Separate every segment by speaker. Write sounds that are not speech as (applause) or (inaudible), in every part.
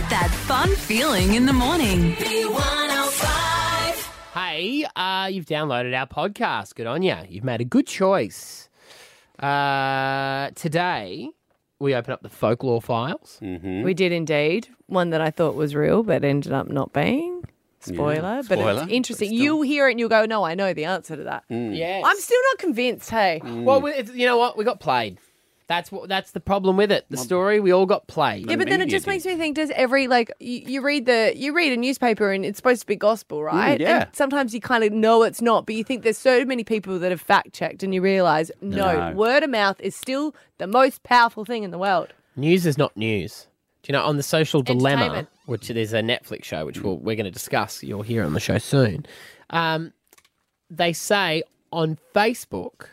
Speaker 1: fun feeling in the morning.
Speaker 2: Hey, uh, you've downloaded our podcast. Good on you. You've made a good choice. Uh, today, we open up the folklore files.
Speaker 3: We did indeed. One that I thought was real, but ended up not being. Spoiler. But
Speaker 4: Spoiler,
Speaker 3: it's interesting. You'll hear it and you'll go, no, I know the answer to that.
Speaker 2: Yes.
Speaker 3: I'm still not convinced, hey.
Speaker 2: Well, we, it's, you know what? We got played. That's what. That's the problem with it. The story we all got played.
Speaker 3: Yeah, but then it just makes me think: Does every like you, you read the you read a newspaper and it's supposed to be gospel, right?
Speaker 4: yeah.
Speaker 3: And sometimes you kind of know it's not, but you think there's so many people that have fact checked, and you realise no,
Speaker 4: No.
Speaker 3: word of mouth is still the most powerful thing in the world.
Speaker 2: News is not news. Do you know on the social dilemma,
Speaker 3: Entertainment.
Speaker 2: which there's a Netflix show which we'll, we're going to discuss. You'll hear on the show soon. Um, they say on Facebook,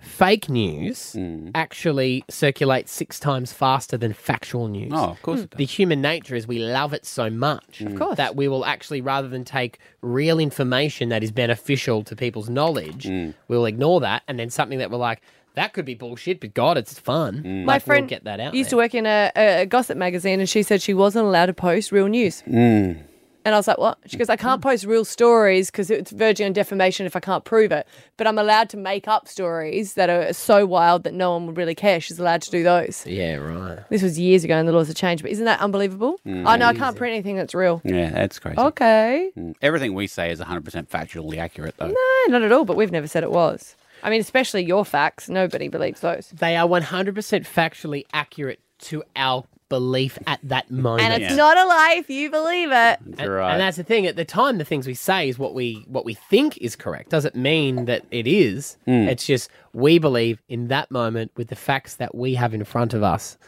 Speaker 2: fake news actually circulates six times faster than factual news.
Speaker 4: Oh, of course it
Speaker 3: Hmm.
Speaker 4: does.
Speaker 2: The human nature is we love it so much, of course, that we will actually rather than take real information that is beneficial to people's knowledge, we'll ignore that, and then something that we're like. That could be bullshit, but God, it's fun.
Speaker 3: My
Speaker 2: Like, we'll
Speaker 3: friend
Speaker 2: get that out.
Speaker 3: used
Speaker 2: there.
Speaker 3: to work in a, a gossip magazine, and she said she wasn't allowed to post real news. And I was like, "What?" She goes, "I can't post real stories because it's verging on defamation if I can't prove it. But I'm allowed to make up stories that are so wild that no one would really care. She's allowed to do those."
Speaker 2: Yeah, right.
Speaker 3: This was years ago, and the laws have changed. But isn't that unbelievable? Oh no, I can't print anything that's real.
Speaker 4: Yeah, that's crazy.
Speaker 3: Oh.
Speaker 4: Mm,
Speaker 3: Okay,
Speaker 4: Everything we say is 100% factually accurate, though.
Speaker 3: no, not at all. But we've never said it was. I mean, especially your facts. Nobody believes those.
Speaker 2: They are 100% factually accurate to our belief at that moment.
Speaker 3: And it's
Speaker 4: Yeah.
Speaker 3: not a lie if you believe it.
Speaker 2: And-
Speaker 4: You're right.
Speaker 2: and that's the thing. At the time, the things we say is what we what we think is correct. Doesn't mean that it is. It's just we believe in that moment with the facts that we have in front of us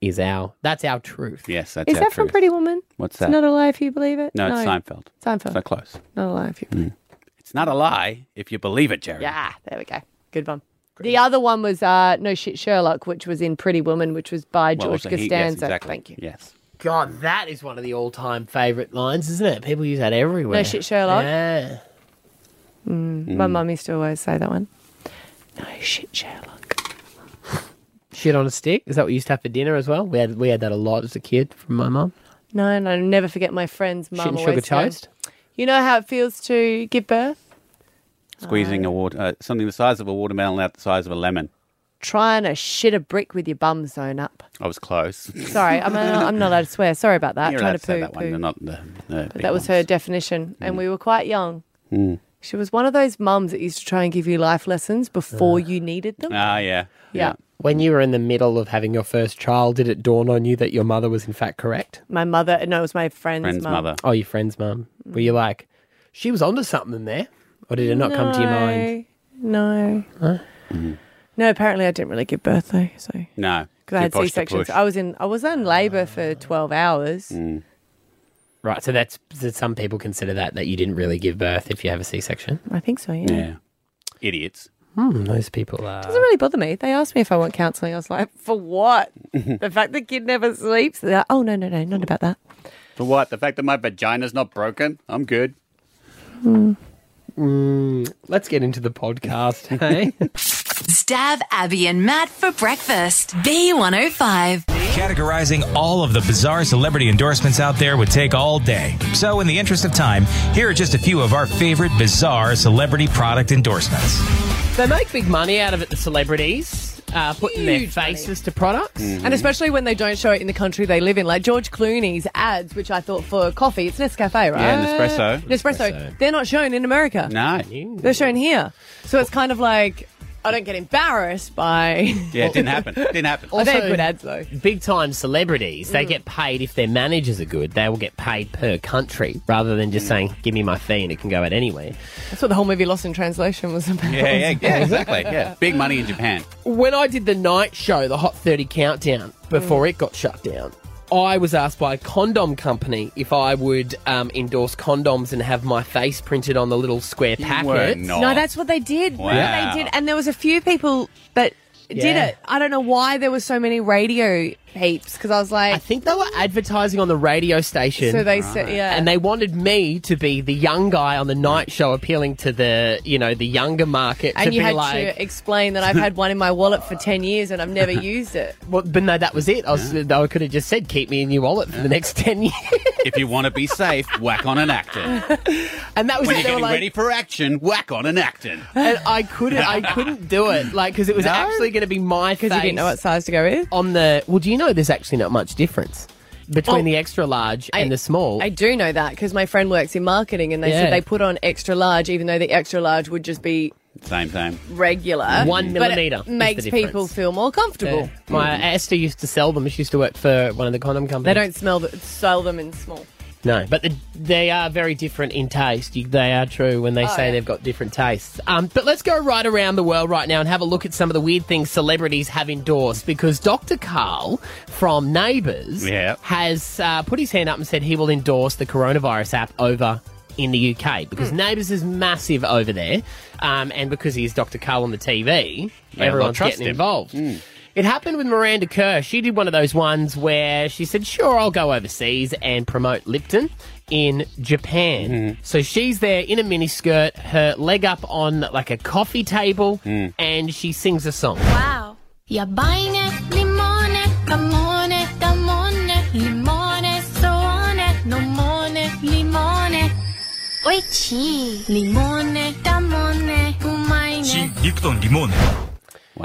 Speaker 2: is our that's our truth.
Speaker 4: yes, that's
Speaker 3: Is
Speaker 4: our
Speaker 3: that from
Speaker 4: truth.
Speaker 3: Pretty Woman?
Speaker 4: What's
Speaker 3: It's
Speaker 4: that?
Speaker 3: not a lie if you believe it.
Speaker 4: no, it's Seinfeld.
Speaker 3: Seinfeld.
Speaker 4: So close.
Speaker 3: Not a lie if you
Speaker 4: It's not a lie if you believe it, Jerry.
Speaker 3: Yeah, there we go. Good one. The other one was uh, No Shit Sherlock, which was in Pretty Woman, which was by
Speaker 4: Well,
Speaker 3: George
Speaker 4: it's a he-
Speaker 3: Costanza.
Speaker 4: Yes, exactly.
Speaker 3: Thank you.
Speaker 4: Yes.
Speaker 2: God, that is one of the all-time favorite lines, isn't it? People use that everywhere.
Speaker 3: No shit, Sherlock.
Speaker 2: Yeah.
Speaker 4: Mm.
Speaker 3: My mum used to always say that one. No Shit Sherlock.
Speaker 2: Shit on a stick. Is that what you used to have for dinner as well? We had we had that a lot as a kid from my mum.
Speaker 3: No, and I never forget my friend's
Speaker 2: Shit
Speaker 3: mum
Speaker 2: and
Speaker 3: always
Speaker 2: sugar
Speaker 3: said,
Speaker 2: toast.
Speaker 3: You know how it feels to give birth?
Speaker 4: Squeezing a water, uh, something the size of a watermelon out the size of a lemon.
Speaker 3: Trying to shit a brick with your bum zone up.
Speaker 4: I was (laughs) close.
Speaker 3: Sorry, I'm, I'm not allowed to swear. Sorry about that.
Speaker 4: You're
Speaker 3: Trying
Speaker 4: allowed to
Speaker 3: to poo,
Speaker 4: say that one.
Speaker 3: poo.
Speaker 4: They're not the, the
Speaker 3: But that was her definition,
Speaker 4: Mm.
Speaker 3: and we were quite young. She was one of those mums that used to try and give you life lessons before you needed them.
Speaker 4: Ah, yeah.
Speaker 3: yeah.
Speaker 2: When you were in the middle of having your first child, did it dawn on you that your mother was in fact correct?
Speaker 3: My mother, no, it was my friend's,
Speaker 4: Friend's
Speaker 3: mum.
Speaker 4: mother.
Speaker 2: Oh, your friend's mum. Were you like, she was onto something there? Or did it not come to your mind?
Speaker 3: No. No.
Speaker 4: Mm-hmm.
Speaker 3: No, apparently I didn't really give birth though, so because
Speaker 4: No.
Speaker 3: I
Speaker 4: You
Speaker 3: had Oh.
Speaker 4: push
Speaker 3: C
Speaker 4: to Ah.
Speaker 3: sections.
Speaker 4: push.
Speaker 3: I was in I was in labour for twelve hours.
Speaker 4: Mm.
Speaker 2: Right. So that's so some people consider that that you didn't really give birth if you have a C-section.
Speaker 3: I think so, yeah.
Speaker 4: Yeah. Idiots.
Speaker 2: Hmm, those people are.
Speaker 3: It doesn't really bother me. They asked me if I want counselling. I was like, for
Speaker 4: (laughs)
Speaker 3: what? the fact the kid never sleeps. They're like, oh no, no, no, not about that.
Speaker 4: For what? The fact that my vagina's not broken? I'm good.
Speaker 2: Let's get into the podcast.
Speaker 3: (laughs)
Speaker 2: Hey.
Speaker 1: Stab Abby and Matt for breakfast. B105.
Speaker 5: Categorizing all of the bizarre celebrity endorsements out there would take all day. So, in the interest of time, here are just a few of our favorite bizarre celebrity product endorsements.
Speaker 2: they make big money out of it. The celebrities uh, putting their
Speaker 3: Huge
Speaker 2: faces to products.
Speaker 3: And especially when they don't show it in the country they live in, like George Clooney's ads, which I thought for coffee, it's Nescafe, right?
Speaker 4: Yeah, Nespresso.
Speaker 3: Nespresso. They're not shown in America.
Speaker 4: No.
Speaker 3: They're shown here. So it's kind of like I don't get embarrassed
Speaker 2: (laughs)
Speaker 3: by.
Speaker 4: Yeah, it didn't happen. didn't happen.
Speaker 3: Are they
Speaker 2: Also-
Speaker 3: good ads though?
Speaker 2: Big time celebrities,
Speaker 3: Mm.
Speaker 2: they get paid if their managers are good. They will get paid per country rather than just saying, "Give me my fee and it can go out anywhere."
Speaker 3: That's what the whole movie Lost in Translation was about.
Speaker 4: Yeah, yeah, yeah, exactly. Yeah. Big money in Japan.
Speaker 2: when I did the night show, the Hot 30 Countdown, before
Speaker 3: Mm.
Speaker 2: it got shut down, I was asked by a condom company if I would um, endorse condoms and have my face printed on the little square
Speaker 4: You were
Speaker 2: packets.
Speaker 4: not.
Speaker 3: No, that's what they did. Remember
Speaker 4: Wow.
Speaker 3: They did, and there was a few people that did
Speaker 2: Yeah.
Speaker 3: it. I don't know why there were so many radio peeps because I was
Speaker 2: I
Speaker 3: like,
Speaker 2: think they were advertising on the radio station.
Speaker 3: so they said, yeah.
Speaker 2: and they wanted me to be the young guy on the night show appealing to the you know the younger market to
Speaker 3: and you
Speaker 2: be
Speaker 3: had
Speaker 2: like
Speaker 3: to explain that I've had one in my wallet for 10 years and I've
Speaker 4: (laughs)
Speaker 3: never used it.
Speaker 2: well, but no that was it I, was, I could have just said keep me in your wallet for the next (laughs) 10 years
Speaker 4: if you want to be safe, whack on an actor.
Speaker 2: and that was
Speaker 4: When
Speaker 2: it
Speaker 4: you're
Speaker 2: they were
Speaker 4: getting
Speaker 2: like
Speaker 4: ready for action, whack on an actor.
Speaker 2: and I couldn't I couldn't do it like because it was
Speaker 4: No?
Speaker 2: actually going to be my face
Speaker 3: Because you didn't know what size to go with?
Speaker 2: on the well do you know there's actually not much difference between
Speaker 3: Oh.
Speaker 2: the extra large and
Speaker 3: I-
Speaker 2: the small
Speaker 3: I do know that because my friend works in marketing and they
Speaker 2: Yeah.
Speaker 3: said they put on extra large, even though the extra large would just be
Speaker 4: Same, same.
Speaker 3: regular.
Speaker 2: One
Speaker 3: But it
Speaker 2: millimetre is the
Speaker 3: makes people
Speaker 2: difference.
Speaker 3: feel more comfortable.
Speaker 2: Yeah. My Esther used to sell them. She used to work for one of the condom
Speaker 3: They
Speaker 2: companies.
Speaker 3: don't smell the, sell them in small.
Speaker 2: No, but the, they are very different in taste. You, they are true when they say
Speaker 3: yeah.
Speaker 2: they've got different tastes. Um, but let's go right around the world right now and have a look at some of the weird things celebrities have endorsed because Dr. Carl from Neighbours
Speaker 4: Yeah.
Speaker 2: has uh, put his hand up and said he will endorse the coronavirus app over in the UK because Neighbours is massive over there. Um, and because he's Dr. Carl on the TV,
Speaker 4: a lot
Speaker 2: everyone's
Speaker 4: trust
Speaker 2: getting
Speaker 4: him. Hmm.
Speaker 2: involved. It happened with Miranda Kerr. She did one of those ones where she said, Sure, I'll go overseas and promote Lipton in Japan.
Speaker 4: Hmm.
Speaker 2: So she's there in a miniskirt, her leg up on like a coffee table,
Speaker 4: Hmm.
Speaker 2: and she sings a song.
Speaker 6: Wow. You're buying it, limone, come on it, come on it, limone, so on it, no more it, limone. Oi, chi, limone, damone, umine.
Speaker 4: Wow.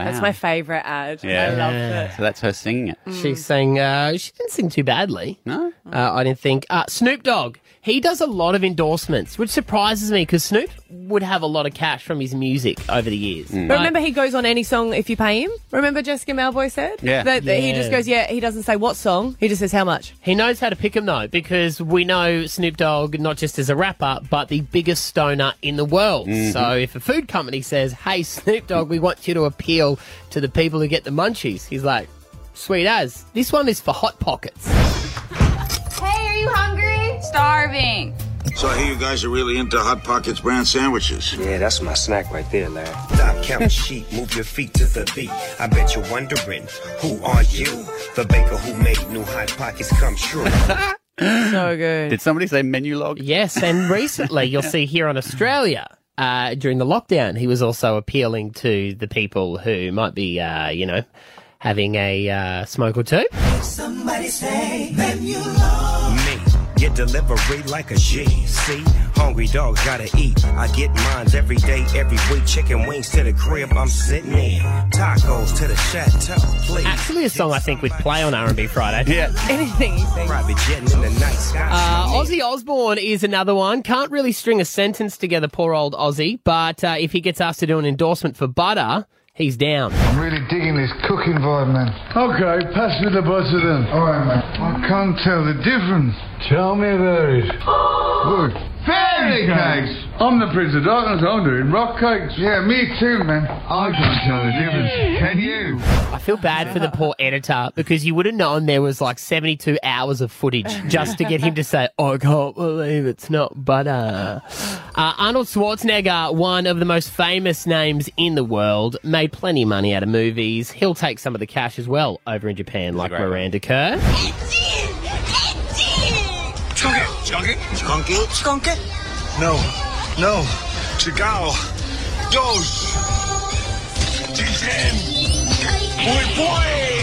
Speaker 5: That's my favourite ad.
Speaker 4: Yeah.
Speaker 5: I loved it.
Speaker 4: So that's her singing it.
Speaker 2: She sang, uh, she didn't sing too badly.
Speaker 4: No?
Speaker 2: Uh, I didn't think. Uh, Snoop Dogg, he does a lot of endorsements, which surprises me because Snoop would have a lot of cash from his music over the years.
Speaker 3: But
Speaker 4: Hmm.
Speaker 2: Like-
Speaker 3: remember, he goes on any song if you pay him. Remember, Jessica Malboy said
Speaker 4: Yeah.
Speaker 3: that, that he
Speaker 2: Yeah.
Speaker 3: just goes, yeah. He doesn't say what song. He just says how much.
Speaker 2: He knows how to pick 'em though, because we know Snoop Dogg not just as a rapper, but the biggest stoner in the world. So if a food company says, "Hey Snoop Dogg, we want you to appeal to the people who get the munchies," he's like, "Sweet as this one is for hot pockets."
Speaker 7: Hey, are you hungry? Starving.
Speaker 8: So I hear you guys are really into Hot Pockets brand sandwiches.
Speaker 9: Yeah, that's my snack right there, lad. Stop counting sheep, move your feet to the beat. I bet you're wondering, who are you? The baker who made new Hot Pockets come true.
Speaker 3: So good.
Speaker 4: Did somebody say menu log?
Speaker 2: Yes, and recently you'll see here on Australia. Uh, during the lockdown, he was also appealing to the people who might be, uh, you know, having a uh, smoke or two.
Speaker 9: Somebody say, then you love me. Get delivery like a G. See, hungry dogs gotta eat. I get mines every day, every week. Chicken wings to the crib, I'm sitting in. Tacos to the chateau, please.
Speaker 2: Actually, a song I think would play on R&B Friday.
Speaker 3: (laughs) (laughs) Anything you say.
Speaker 9: Private jet in the night sky.
Speaker 2: Uh, Ozzy Osbourne is another one. Can't really string a sentence together, poor old Ozzy. But uh, if he gets asked to do an endorsement for butter, he's down.
Speaker 10: I'm really digging this cooking vibe, man. Okay, pass me the butter then. All right, man. I can't tell the difference. Tell me about it. Good. Fairy cakes! I'm the Prince of Darkness, I'm doing rock cakes. Yeah, me too, man. I can't tell the difference. Can you?
Speaker 2: I feel bad for the poor editor because you would have known there was like 72 hours of footage just to get him to say, "Oh, I can't believe it's not butter. Uh, Arnold Schwarzenegger, one of the most famous names in the world, made plenty of money out of movies. He'll take some of the cash as well over in Japan, like
Speaker 4: great one.
Speaker 2: Miranda Kerr.
Speaker 8: Skunk it, skunk it, skunk it, skunk it. No, no, cigar, dos, dicen, muy boy.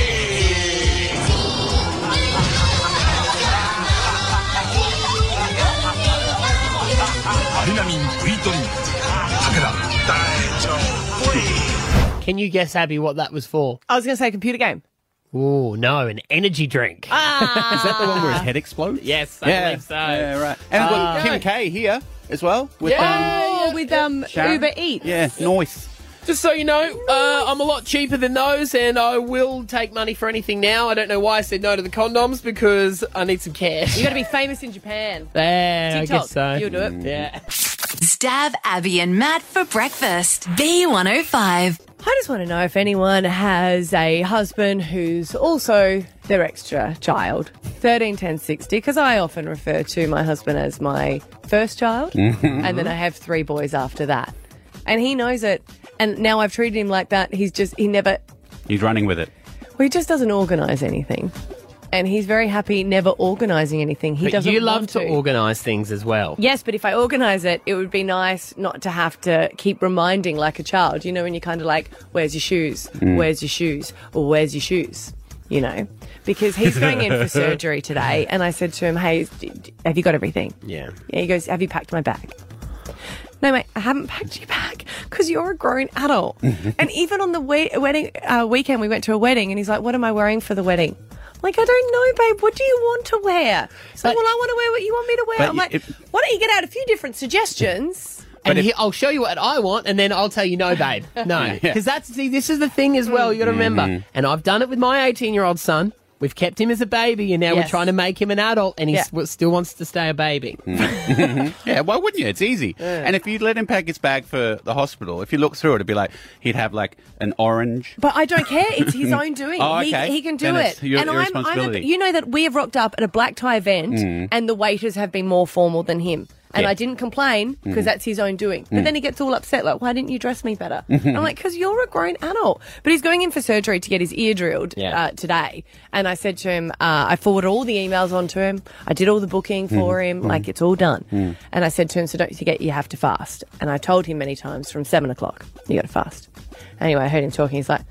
Speaker 2: Can you guess, Abby, what that was for?
Speaker 3: I was going to say computer game.
Speaker 2: Oh, no, an energy drink.
Speaker 4: Is that the one where his head explodes?
Speaker 2: Yes, I
Speaker 4: Yeah.
Speaker 2: believe so. Uh,
Speaker 4: Yeah, right. And we've got Kim K here as well. With, um,
Speaker 3: Oh, with um
Speaker 4: Sharon.
Speaker 3: Uber Eats.
Speaker 4: yeah, noise.
Speaker 2: Just so you know, uh, I'm a lot cheaper than those, and I will take money for anything now. I don't know why I said no to the condoms because I need some cash.
Speaker 3: You got to be famous in Japan.
Speaker 2: Yeah,
Speaker 3: TikTok. You'll do it.
Speaker 4: Mm.
Speaker 2: Yeah.
Speaker 1: Stab Abby and Matt for breakfast. B105.
Speaker 3: I just want to know if anyone has a husband who's also their extra child. 13, 10, 60, because I often refer to my husband as my first child, and then I have three boys after that. And he knows it. And now I've treated him like that. He's just, he never
Speaker 4: He's running with it.
Speaker 3: Well, he just doesn't organise anything. And he's very happy never organising anything. He
Speaker 2: but
Speaker 3: doesn't
Speaker 2: you love
Speaker 3: want
Speaker 2: to, organise things as well.
Speaker 3: Yes, but if I organise it, it would be nice not to have to keep reminding like a child. You know, when you're kind of like, where's your shoes?
Speaker 2: Mm.
Speaker 3: Where's your shoes? Or where's your shoes? You know, because he's going in for surgery today. And I said to him, hey, d- d- have you got everything?
Speaker 2: Yeah.
Speaker 3: Yeah, he goes, have you packed my bag? No, mate, I haven't packed your bag because you're a grown adult.
Speaker 2: Mm-hmm.
Speaker 3: and even on the we- wedding uh, weekend, we went to a wedding and he's like, what am I wearing for the wedding? I'm Like, I don't know, babe. What do you want to wear? So, well, I want to wear what you want me to wear.
Speaker 2: But
Speaker 3: I'm
Speaker 2: you-
Speaker 3: like,
Speaker 2: it-
Speaker 3: why don't you get out a few different suggestions?
Speaker 2: And he, I'll show you what I want, and then I'll tell you no, (laughs) babe, no,
Speaker 3: Yeah.
Speaker 2: because that's see, this is the thing as well. You got to remember,
Speaker 3: Mhm.
Speaker 2: and I've done it with my eighteen-year-old son. We've kept him as a baby, and now we're
Speaker 3: Yes.
Speaker 2: trying to make him an adult, and he
Speaker 3: Yeah.
Speaker 2: s- still wants to stay a baby.
Speaker 4: yeah, why wouldn't you? It's easy. And if you let him pack his bag for the hospital, if you look through it, it'd be like he'd have like an orange.
Speaker 3: But I don't care. It's his own doing.
Speaker 4: (laughs) Oh,
Speaker 3: he,
Speaker 4: okay.
Speaker 3: he can do
Speaker 4: Then
Speaker 3: it.
Speaker 4: it's your-
Speaker 3: I'm,
Speaker 4: your
Speaker 3: I'm a,
Speaker 4: responsibility.
Speaker 3: you know that we have rocked up at a black tie event
Speaker 4: Mm.
Speaker 3: and the waiters have been more formal than him. And
Speaker 4: Yeah.
Speaker 3: I didn't complain because
Speaker 4: Mm.
Speaker 3: that's his own doing. But
Speaker 4: Mm.
Speaker 3: then he gets all upset, like, why didn't you dress me
Speaker 4: (laughs)
Speaker 3: better? I'm like, because you're a grown adult. But he's going in for surgery to get his ear drilled
Speaker 5: Yeah.
Speaker 3: uh, today. And I said to him, uh, I forwarded all the emails on to him. I did all the booking
Speaker 4: Mm-hmm.
Speaker 3: for
Speaker 5: Mm.
Speaker 3: him.
Speaker 5: Mm.
Speaker 3: Like, it's all done. And I said to him, so don't forget you have to fast. And I told him many times from seven o'clock, you got to fast. Anyway, I heard him talking. He's like,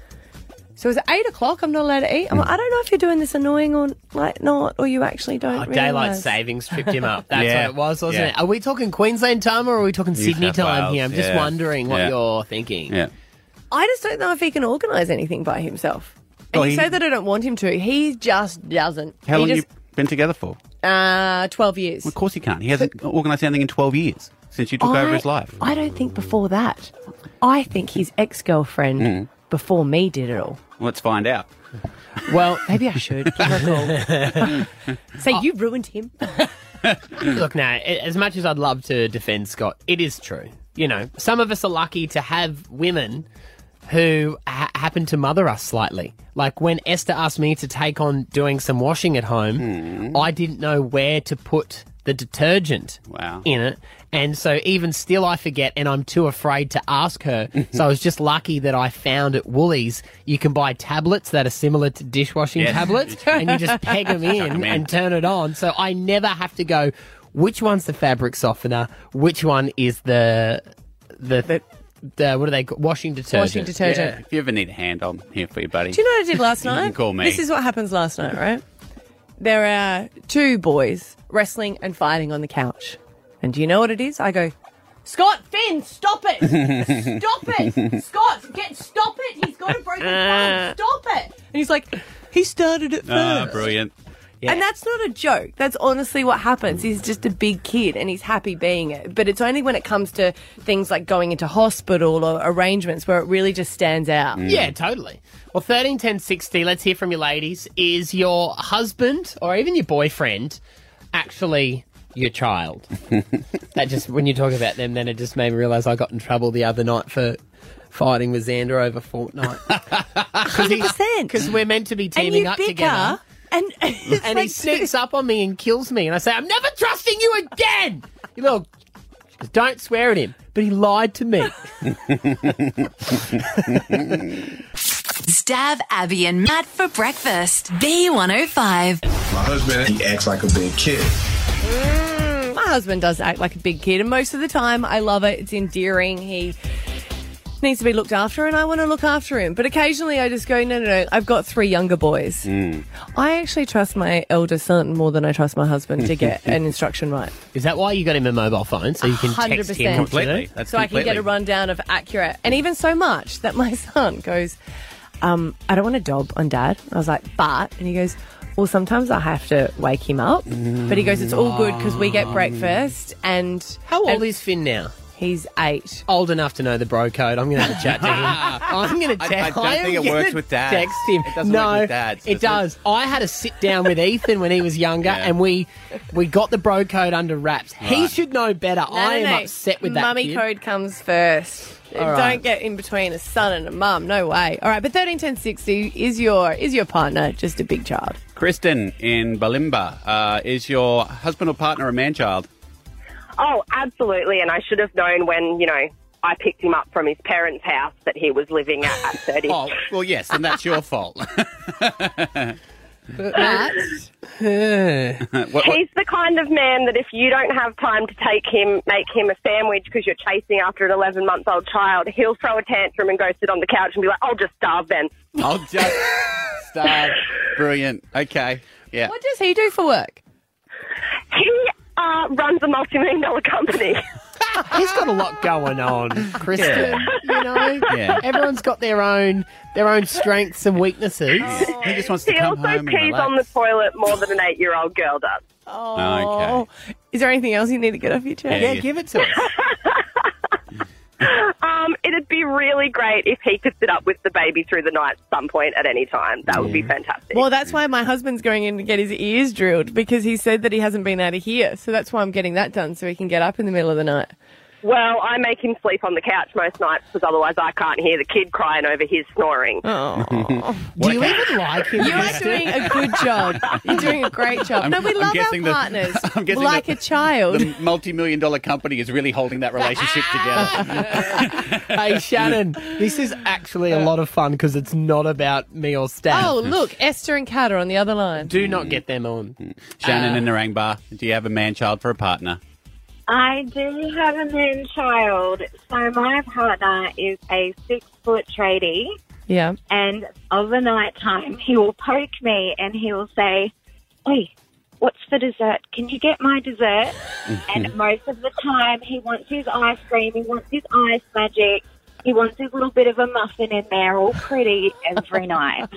Speaker 3: so it's eight o'clock. I'm not allowed to eat. I'm like, I don't know if you're doing this annoying or like not, or you actually don't.
Speaker 2: Oh, daylight
Speaker 3: realise.
Speaker 2: savings tripped him up. That's
Speaker 4: Yeah.
Speaker 2: what it was, wasn't
Speaker 4: Yeah.
Speaker 2: it? Are we talking Queensland time or are we talking
Speaker 4: New
Speaker 2: Sydney
Speaker 4: South
Speaker 2: time
Speaker 4: Wales,
Speaker 2: here? I'm just
Speaker 4: yeah.
Speaker 2: wondering what
Speaker 4: Yeah.
Speaker 2: you're thinking.
Speaker 4: Yeah.
Speaker 3: I just don't know if he can organise anything by himself. And
Speaker 4: Oh,
Speaker 3: you
Speaker 4: he-
Speaker 3: say that I don't want him to. He just doesn't.
Speaker 4: How
Speaker 3: he
Speaker 4: long have you
Speaker 3: just,
Speaker 4: been together for?
Speaker 3: Uh, twelve years.
Speaker 4: Well, of course he can't. He hasn't organised anything in 12 years since you took over his life.
Speaker 3: I don't think before that. I think his ex girlfriend
Speaker 4: Mm.
Speaker 3: before me did it all.
Speaker 4: Let's find out.
Speaker 2: Well,
Speaker 3: maybe I should. (laughs) Say you ruined him.
Speaker 2: (clears throat) Look, now, as much as I'd love to defend Scott, it is true. You know, some of us are lucky to have women who ha- happen to mother us slightly. Like when Esther asked me to take on doing some washing at home, I didn't know where to put the detergent in it. And so even still, I forget, and I'm too afraid to ask her. so I was just lucky that I found at Woolies you can buy tablets that are similar to dishwashing
Speaker 11: Yes.
Speaker 2: tablets, and you just peg (laughs) them
Speaker 11: Chuck 'em
Speaker 2: in
Speaker 11: in.
Speaker 2: and turn it on. So I never have to go, which one's the fabric softener? Which one is the, the, the, what are they called? Washing detergent.
Speaker 4: Yeah, if you ever need a hand, I'm here for you, buddy.
Speaker 3: Do you know what I did last
Speaker 4: You
Speaker 3: night?
Speaker 4: can call me.
Speaker 3: This is what happens last night, right? There are two boys wrestling and fighting on the couch. And do you know what it is? I go, Scott, Finn, stop it! stop it! Scott, get stop it! He's got a
Speaker 2: (laughs)
Speaker 3: broken bone! Stop it! And he's like, he started it first.
Speaker 4: Ah, brilliant.
Speaker 3: And that's not a joke. That's honestly what happens. He's just a big kid and he's happy being it. But it's only when it comes to things like going into hospital or arrangements where it really just stands out.
Speaker 4: Mm.
Speaker 2: Yeah, totally. Well, 13, 10, 60, let's hear from you ladies. Is your husband or even your boyfriend actually your (laughs) child? that just, when you talk about them, then it just made me realise I got in trouble the other night for fighting with Xander over (laughs) Fortnite.
Speaker 3: 100%.
Speaker 2: Because we're meant to be
Speaker 3: And
Speaker 2: teaming
Speaker 3: you
Speaker 2: up
Speaker 3: bicker,
Speaker 2: together.
Speaker 3: And, (laughs)
Speaker 2: and he sneaks up on me and kills me. And I say, I'm never trusting you again. (laughs) You little. Don't swear at him. But he lied
Speaker 3: (laughs)
Speaker 2: to me.
Speaker 1: Stab Abby and Matt for breakfast. B105.
Speaker 8: My husband, he acts like a big kid.
Speaker 3: Mm, my husband does act like a big kid, and most of the time I love it. It's endearing. He needs to be looked after, and I want to look after him. But occasionally I just go, no, no, no, I've got three younger boys.
Speaker 2: Mm.
Speaker 3: I actually trust my elder son more than I trust my husband to
Speaker 2: (laughs)
Speaker 3: get an instruction right.
Speaker 2: Is that why you got him a mobile phone so you can text him what to do?
Speaker 3: so I can get a rundown of accurate, and even so much that my (laughs) son goes, um, "I don't want to dob on dad." I was like, "But," and he goes, "Well, sometimes I have to wake him up." But he goes, "It's all good because we get breakfast." And
Speaker 2: How old
Speaker 3: and-
Speaker 2: is Finn now?
Speaker 3: He's eight.
Speaker 2: Old enough to know the bro code. I'm going to have a chat
Speaker 4: (laughs)
Speaker 2: to him. I'm going to
Speaker 4: I-
Speaker 2: text.
Speaker 4: I don't
Speaker 2: am
Speaker 4: think it
Speaker 2: gonna
Speaker 4: works with dads.
Speaker 2: Text him.
Speaker 4: It doesn't
Speaker 2: no,
Speaker 4: work with dads,
Speaker 2: It
Speaker 4: does
Speaker 2: does. I had a sit down with Ethan when he was younger, and we we got the bro code under wraps. He
Speaker 3: Right.
Speaker 2: should know better.
Speaker 3: No,
Speaker 2: I
Speaker 3: no,
Speaker 2: am
Speaker 3: no.
Speaker 2: upset with that.
Speaker 3: Mummy
Speaker 2: kid.
Speaker 3: code comes first.
Speaker 2: All right.
Speaker 3: Don't get in between a son and a mum. No way. All right, but thirteen ten sixty is your is your partner just a big child?
Speaker 4: Kristen in Balimba, uh, is your husband or partner a man child?
Speaker 12: Oh, absolutely. And I should have known when, you know,
Speaker 11: I picked him up from his parents' house that he was living at at 30.
Speaker 4: (laughs) Oh, well, yes, and that's your fault. (laughs) What- what-
Speaker 11: He's the kind of man that if you don't have time to take him, make him a sandwich because you're chasing after an 11 month old child, he'll throw a tantrum and go sit on the couch and be like, I'll just starve then.
Speaker 4: I'll just
Speaker 11: (laughs)
Speaker 4: start. Brilliant. Okay. Yeah.
Speaker 5: What does he do for work?
Speaker 11: He uh, runs a multi million dollar company. (laughs)
Speaker 2: He's got a lot going on, Kristen. You know,
Speaker 11: Yeah.
Speaker 2: everyone's got their own their own strengths and weaknesses.
Speaker 4: He just wants
Speaker 11: He also pees on the toilet more than an eight year old girl does.
Speaker 4: Okay.
Speaker 3: Is there anything else you need to get off your chest?
Speaker 11: Yeah, Yeah, you- give
Speaker 2: it to us.
Speaker 11: Um, it'd be really great if he could sit up with the baby through the night at some point at any time. That would be
Speaker 3: (laughs)
Speaker 11: fantastic.
Speaker 3: Well, that's why my husband's going in to get his ears drilled because he said that he hasn't been out of here. So that's why I'm getting that done so he can get up in the middle of the
Speaker 4: (laughs)
Speaker 3: night.
Speaker 11: Well, I make him sleep on the couch most nights because otherwise I can't hear the kid crying over his snoring.
Speaker 2: Do you even like him?
Speaker 3: You are doing a good job. You're doing a great job.
Speaker 4: (laughs) I'm-
Speaker 3: no, we
Speaker 4: I'm
Speaker 3: love our
Speaker 4: guessing the-
Speaker 3: partners.
Speaker 4: (laughs) I'm guessing
Speaker 3: like
Speaker 4: the-
Speaker 3: a child.
Speaker 4: The multi-million dollar company is really holding that relationship
Speaker 11: (laughs)
Speaker 4: together.
Speaker 2: hey, Shannon, this is actually a lot of fun because it's not about me or Stan.
Speaker 3: Oh, look, Esther and Kat are on the other line.
Speaker 2: Do not get them on.
Speaker 4: Shannon and Narangba, do you have a man child for a partner?
Speaker 12: I do have a man child. So my partner is a six foot tradie,
Speaker 3: Yeah.
Speaker 12: and of the night time, he will poke me and he will say, Oi, what's for dessert? Can you get my dessert? and most of the time, he wants his ice cream, he wants his ice magic. He wants his little bit of a muffin in there, all pretty every night.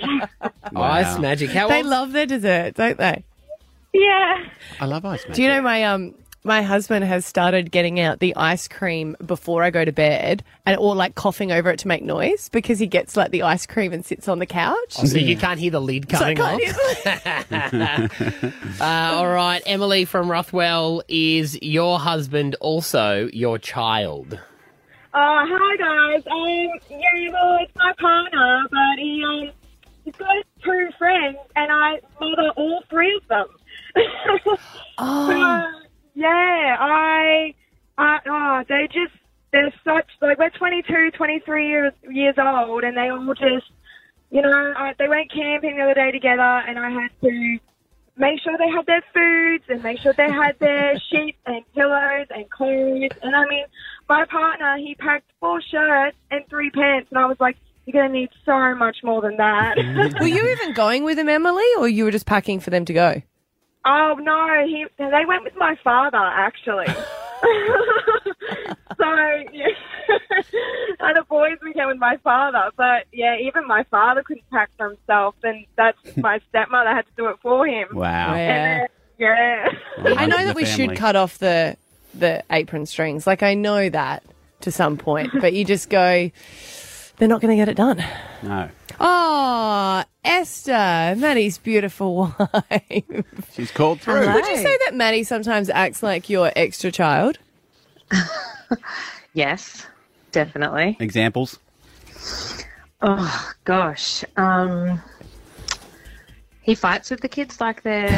Speaker 2: Ice magic. How
Speaker 3: they
Speaker 2: old-
Speaker 3: love their dessert, don't they?
Speaker 12: Yeah.
Speaker 4: I love ice magic.
Speaker 3: Do you know my um my husband has started getting out the ice cream before I go to bed and or like coughing over it to make noise because he gets like the ice cream and sits on the couch.
Speaker 2: Oh, so you can't hear the lid
Speaker 3: So I
Speaker 2: coming
Speaker 3: can't
Speaker 2: (laughs) off. uh, all right, Emily from Rothwell, is your husband also your child?
Speaker 12: Oh, hi guys. Um, yeah, well, it's my partner, but he um, he's got two friends, and I mother all three of them. (laughs)
Speaker 3: Oh.
Speaker 12: So, yeah, I, I, oh, they just they're such like we're 22, 23 years years old, and they all just, you know, I, they went camping the other day together, and I had to make sure they had their foods and make sure they had their sheets and pillows and clothes. And I mean, my partner, he packed four shirts and three pants. And I was like, you're going to need so much more than that.
Speaker 3: (laughs) (laughs) were you even going with him, Emily, or you were just packing for them to go?
Speaker 12: oh, no. he They went with my father, actually. (laughs) so, yeah. (laughs) and the boys weekend with my father. But yeah, even my father couldn't pack for himself. And that's my stepmother had to do it for him.
Speaker 4: Wow.
Speaker 12: And then- yeah.
Speaker 3: I know that we should cut off the the apron strings. Like I know that to some point, but you just go they're not going to get it done.
Speaker 4: No.
Speaker 3: Oh, Esther, Maddie's beautiful (laughs) wife.
Speaker 4: She's called through.
Speaker 3: Would you say that Maddie sometimes acts like your extra child?
Speaker 13: Yes, definitely.
Speaker 4: Examples?
Speaker 13: Oh gosh, um, he fights with the kids like they're.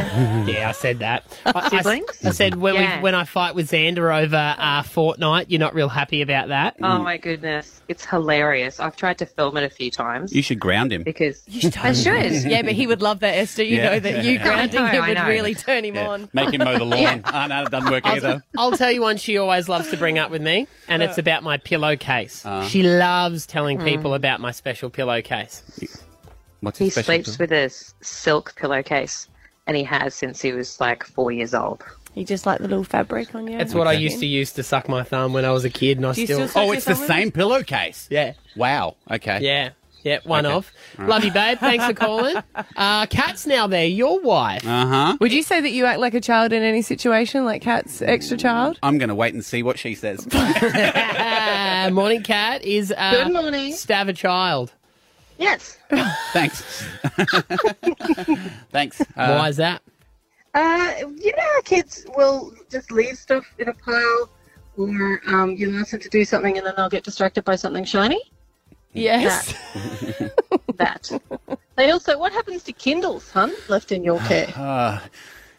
Speaker 2: yeah, I said that. I- I, s-
Speaker 13: Siblings?
Speaker 2: I said when
Speaker 13: Yeah.
Speaker 2: we, when I fight with Xander over uh, Fortnite, you're not real happy about that.
Speaker 13: Oh my goodness, it's hilarious. I've tried to film it a few times
Speaker 4: You should ground him.
Speaker 13: because I
Speaker 3: I
Speaker 13: should.
Speaker 3: yeah, but he would love that, Esther. You
Speaker 4: Yeah.
Speaker 3: know that (laughs) you
Speaker 4: I
Speaker 3: grounding
Speaker 4: know,
Speaker 3: him
Speaker 4: I
Speaker 3: would
Speaker 4: know.
Speaker 3: really turn him
Speaker 4: Yeah.
Speaker 3: on.
Speaker 4: Make him mow the lawn.
Speaker 2: Yeah.
Speaker 4: Ah, no, it doesn't work either.
Speaker 2: I'll tell you one she always loves to bring up with me, and it's about my pillowcase.
Speaker 4: Uh.
Speaker 2: She loves telling
Speaker 3: Hmm.
Speaker 2: people about my special pillowcase.
Speaker 4: What's
Speaker 13: He sleeps with a s- silk pillowcase, and he has since he was like four years old.
Speaker 3: You just like the little fabric on you.
Speaker 2: It's what I used to use to suck my thumb when I was a kid, and I
Speaker 3: Do you
Speaker 2: still. Oh,
Speaker 3: still suck
Speaker 4: Oh, it's the same pillowcase.
Speaker 2: Yeah.
Speaker 4: Wow. Okay.
Speaker 2: Yeah. Yeah, one
Speaker 4: Okay.
Speaker 2: of.
Speaker 4: All right.
Speaker 2: Love you, babe. Thanks for
Speaker 4: (laughs)
Speaker 2: calling. Uh, Kat's now there, your wife.
Speaker 4: Uh huh.
Speaker 3: Would you say that you act like a child in any situation, like Kat's extra
Speaker 4: Mm.
Speaker 3: child?
Speaker 4: I'm going to wait and see what she says.
Speaker 2: Uh, morning, Cat is uh,
Speaker 13: Good morning.
Speaker 2: Stav a child.
Speaker 13: Yes.
Speaker 4: Thanks. (laughs) Thanks.
Speaker 2: Why is that?
Speaker 13: Uh, you know, how kids will just leave stuff in a pile, or um, you'll ask them to do something, and then they'll get distracted by something shiny.
Speaker 3: Yes.
Speaker 13: (laughs) That. that. They also, what happens to Kindles, hun, left in your care?
Speaker 4: Uh,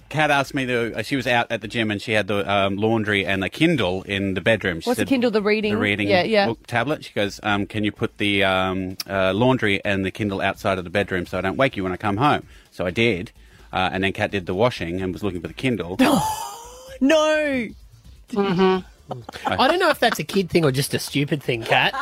Speaker 4: Kat asked me to. She was out at the gym and she had the um, laundry and the Kindle in the bedroom. She
Speaker 5: What's the
Speaker 4: said-
Speaker 5: Kindle? The reading.
Speaker 4: The reading
Speaker 5: Yeah, yeah.
Speaker 4: book tablet. She goes, um, "Can you put the um, uh, laundry and the Kindle outside of the bedroom so I don't wake you when I come home?" So I did, uh, and then Kat did the washing and was looking for
Speaker 5: (laughs)
Speaker 4: the Kindle.
Speaker 2: No. I
Speaker 4: I-
Speaker 2: don't know if that's a kid thing or just a stupid thing, Kat.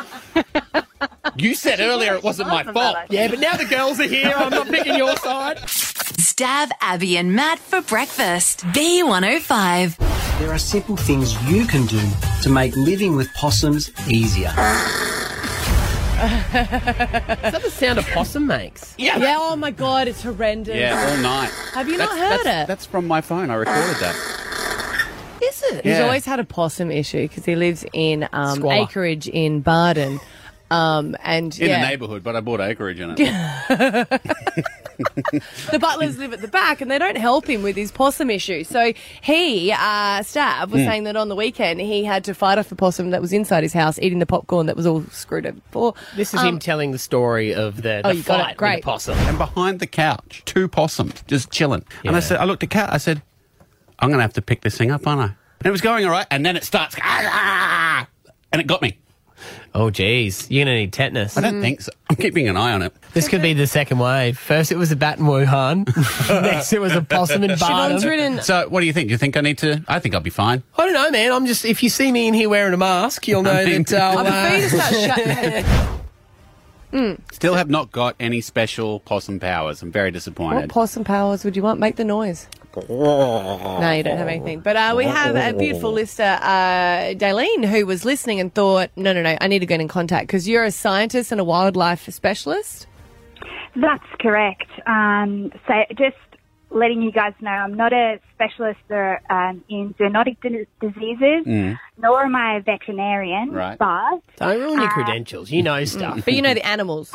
Speaker 4: you said earlier it wasn't my fault.
Speaker 2: Yeah, but now the girls are here. I'm not picking your side.
Speaker 1: Stab Abby and Matt for breakfast. B105.
Speaker 14: There are simple things you can do to make living with possums easier.
Speaker 2: Is that the sound a possum makes?
Speaker 4: Yeah.
Speaker 5: Yeah. Oh my god, it's horrendous.
Speaker 4: Yeah, all night.
Speaker 5: Have you
Speaker 4: That's-
Speaker 5: not heard
Speaker 4: that's- That's from my phone. I recorded that.
Speaker 5: it? Is it?
Speaker 4: Yeah.
Speaker 3: He's always had a possum issue because he lives in um,
Speaker 4: Squalor.
Speaker 3: acreage in Barden. Um, and
Speaker 4: In
Speaker 3: yeah.
Speaker 4: the neighbourhood, but I bought acreage in it.
Speaker 3: the butlers live at the back and they don't help him with his possum issue. So he, uh, Stav,
Speaker 4: Hmm.
Speaker 3: was
Speaker 5: Mm.
Speaker 3: saying that on the weekend he had to fight off a possum that was inside his house eating the popcorn that was all screwed up before.
Speaker 2: This is
Speaker 3: Um,
Speaker 2: him telling the story of the, the
Speaker 3: Oh, you got it.
Speaker 2: fight with
Speaker 3: Great.
Speaker 2: the possum.
Speaker 4: and behind the couch, two possums just chilling. And I said, I looked at Kat. I said, "I'm going to have to pick this thing up, aren't I?" And it was going all right, and then it starts, "Ah, ah, ah," and it got me.
Speaker 2: Oh, geez. You're going to need tetanus.
Speaker 4: I don't
Speaker 5: Mm.
Speaker 4: think so. I'm keeping an eye on it.
Speaker 2: This could be the second wave. First, it was a bat
Speaker 3: (laughs)
Speaker 2: in Wuhan. Next, it was a possum in Barnum.
Speaker 4: So, what do you think? Do you think I need to? I think I'll be fine.
Speaker 2: I don't know, man. I'm just, if you see me in here wearing a mask, you'll know
Speaker 4: I'm
Speaker 2: that. Uh,
Speaker 4: I'm afraid it's not (laughs)
Speaker 3: Mm.
Speaker 4: Still have not got any special possum powers. I'm very
Speaker 3: What
Speaker 4: disappointed.
Speaker 3: possum powers would you want? Make the noise. No, you don't have anything. But uh, we have a beautiful listener, uh, Daleen, who was listening and thought, no, no, no, I need to get in contact because you're a scientist and a wildlife specialist.
Speaker 15: That's correct. Um, so just letting you guys know, I'm not a specialist or, um, in zoonotic di- diseases,
Speaker 2: Mm.
Speaker 15: nor am I a veterinarian.
Speaker 2: Right.
Speaker 15: But
Speaker 2: Don't ruin your
Speaker 3: Ah.
Speaker 15: uh,
Speaker 2: credentials. You know stuff.
Speaker 3: But you know the animals.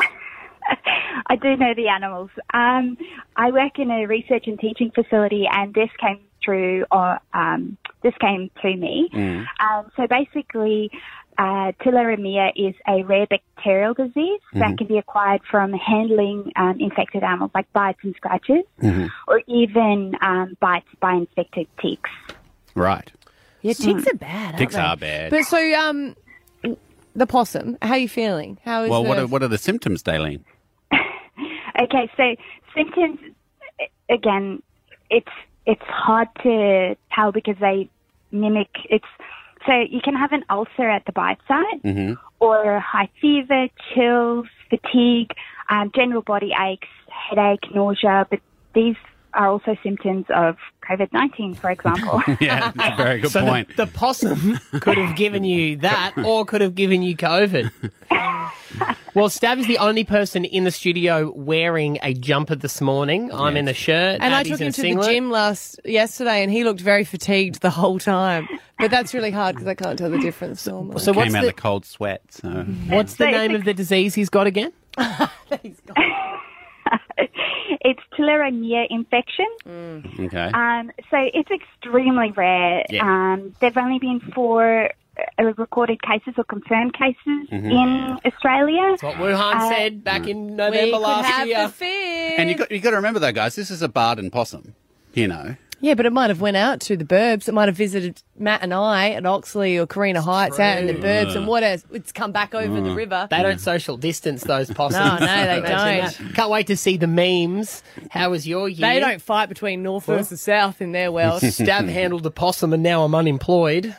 Speaker 15: I do know the animals. Um, I work in a research and teaching facility, and this came through, or um, this came to me. Um, so basically, uh, tularemia is a rare bacterial disease
Speaker 16: Mhm.
Speaker 15: that can be acquired from handling um, infected animals like bites and scratches, or even um, bites by infected ticks.
Speaker 4: Right.
Speaker 3: Yeah, ticks
Speaker 15: Mm.
Speaker 3: are bad. aren't
Speaker 4: Ticks
Speaker 3: they?
Speaker 4: are bad.
Speaker 3: But so, um, the possum, how are you feeling? How is
Speaker 4: Well,
Speaker 3: the...
Speaker 4: what are, what are the symptoms, Daleen? (laughs)
Speaker 15: Okay, so symptoms a- again, it's it's hard to tell because they mimic. It's so you can have an ulcer at the bite site, or high fever, chills, fatigue, um, general body aches, headache, nausea. But these are also symptoms of COVID nineteen, for
Speaker 4: (laughs)
Speaker 15: example.
Speaker 4: yeah, that's a very good
Speaker 2: So the-
Speaker 4: point.
Speaker 2: The, possum could have given you that or could have given you COVID. well, Stav is the only person in the studio wearing a jumper this morning. I'm in a shirt.
Speaker 3: And I
Speaker 2: Abby's
Speaker 3: took
Speaker 2: in
Speaker 3: him
Speaker 2: a
Speaker 3: to the
Speaker 2: singlet.
Speaker 3: gym last yesterday, and he looked very fatigued the whole time. But that's really hard because I can't tell the difference. normally.
Speaker 4: So Came out of the cold sweat. So.
Speaker 3: Mm-hmm.
Speaker 2: What's the name of the disease he's got again?
Speaker 15: it's tularemia infection.
Speaker 4: Okay.
Speaker 15: Um, so it's extremely rare.
Speaker 4: Yeah.
Speaker 15: Um, there've only been four uh, recorded cases or confirmed cases
Speaker 4: Mhm.
Speaker 15: in Australia.
Speaker 2: That's what Wuhan
Speaker 15: Uh,
Speaker 2: said back in November last year.
Speaker 4: and you got you got to remember though, guys, this is a Barden possum. You know.
Speaker 3: Yeah, but it might have went out to the burbs. It might have visited Matt and I at Oxley or Karina Heights out in the
Speaker 2: true.
Speaker 3: burbs and
Speaker 2: Mm.
Speaker 3: what else? It's come back over the river.
Speaker 2: They don't social distance
Speaker 3: (laughs)
Speaker 2: those possums.
Speaker 3: No, no, they
Speaker 2: Imagine that. Can't wait to see the memes. How was your year?
Speaker 3: They don't fight between North
Speaker 2: Well-
Speaker 3: versus South in their
Speaker 2: Well, (laughs)
Speaker 3: world.
Speaker 2: Stav handled the possum, and now I'm unemployed.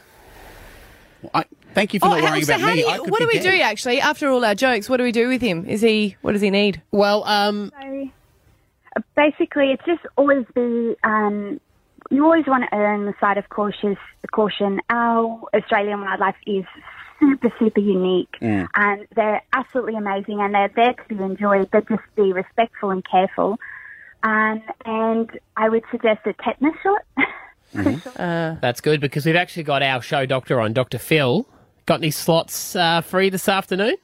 Speaker 4: I, thank you
Speaker 3: Oh, hang on, so how do you, what do we do actually after all our jokes? What do we do with him? Is he? What does he need?
Speaker 2: Well, um,
Speaker 15: So, uh, basically, it's just always be. Um, you always want to err on the side of cautious caution. Our Australian wildlife is super, super unique,
Speaker 16: Mm.
Speaker 15: and they're absolutely amazing, and they're there to be enjoyed. But just be respectful and careful. Um, and I would suggest a tetanus shot. (laughs)
Speaker 2: That's good because we've actually got our show doctor on, Dr. Phil. Got any slots uh, free this afternoon?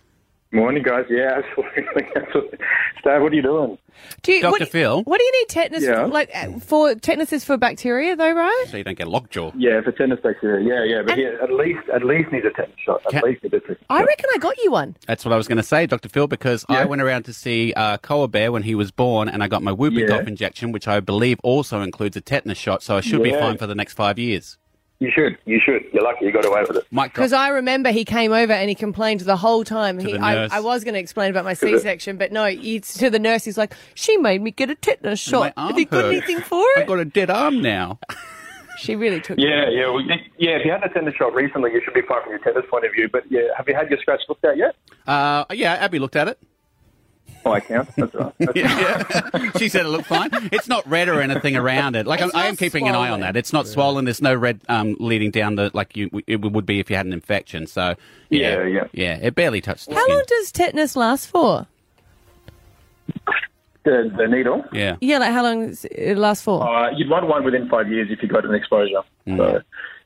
Speaker 16: Morning, guys. Yeah, (laughs) absolutely. absolutely. Dave, what are you doing?
Speaker 3: Do you, what, do- What do you need tetanus
Speaker 16: Yeah.
Speaker 3: for? Like uh, for tetanus is for bacteria though, right?
Speaker 16: So you don't get lockjaw. Yeah, for tennis bacteria. Yeah, yeah. But yeah, at least at least needs a tetanus shot. At least needs a tetanus.
Speaker 3: I reckon I got you one.
Speaker 4: That's what I was going to say, Dr. Phil, because I went around to see uh, Koa Bear when he was born, and I got my whooping
Speaker 16: Yeah.
Speaker 4: cough injection, which I believe also includes a tetanus shot, so I should be
Speaker 16: Yeah.
Speaker 4: fine for the next five years.
Speaker 16: You should. You should. You're lucky. You got away with it.
Speaker 4: Mike,
Speaker 3: Because I remember he came over and he complained the whole time. He,
Speaker 4: the
Speaker 3: I,
Speaker 4: nurse.
Speaker 3: I was going to explain about my
Speaker 2: (coughs)
Speaker 4: Is it-
Speaker 3: C-section, but no, it's to the nurse. He's like, she made me get a tetanus shot. Have you got anything for
Speaker 4: I
Speaker 3: it?
Speaker 4: got a dead arm now.
Speaker 3: She really took.
Speaker 16: Yeah, yeah, well, y- yeah. If you had a tennis shot recently, you should be fine from your tennis point of view. But yeah, have you had your scratch looked at yet?
Speaker 4: Uh, yeah, Abby looked
Speaker 16: (laughs)
Speaker 4: at it.
Speaker 16: Oh, I can. That's all
Speaker 4: (laughs)
Speaker 16: right. (laughs)
Speaker 4: she said it looked fine. It's not red or anything around it. Like I'm, I am keeping an eye on that. It's not swollen. There's no red um, leading down the like you it would be if you had an infection. So yeah, yeah, yeah. it barely touched the
Speaker 3: How
Speaker 4: skin.
Speaker 3: long does tetanus last for?
Speaker 16: The, the needle.
Speaker 4: Yeah.
Speaker 3: Yeah, like how long does it last for?
Speaker 12: Oh.
Speaker 16: Uh, you'd want one within five years if you got an exposure. So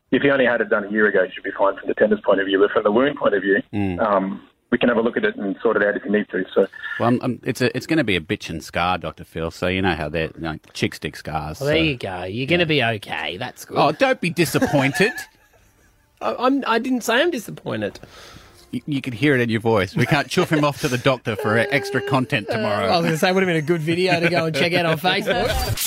Speaker 16: if you only had it done a year ago, you should be fine from the tennis point of view. But from the wound point of view, um, we can have a look at it and sort it out if you need to. So
Speaker 4: Well, I'm, I'm- it's a, it's going to be a bitchin' scar, Doctor Phil. So you know how they're you know, chick stick scars.
Speaker 2: Well, there you go. You're going to be okay. That's good.
Speaker 4: Oh, don't be disappointed. (laughs)
Speaker 2: I, I'm. I didn't say I'm disappointed.
Speaker 4: you, you could hear it in your voice. We can't chuff him off to the doctor for uh, extra content tomorrow.
Speaker 2: I was going to say, would have been a good video to go and check out on Facebook.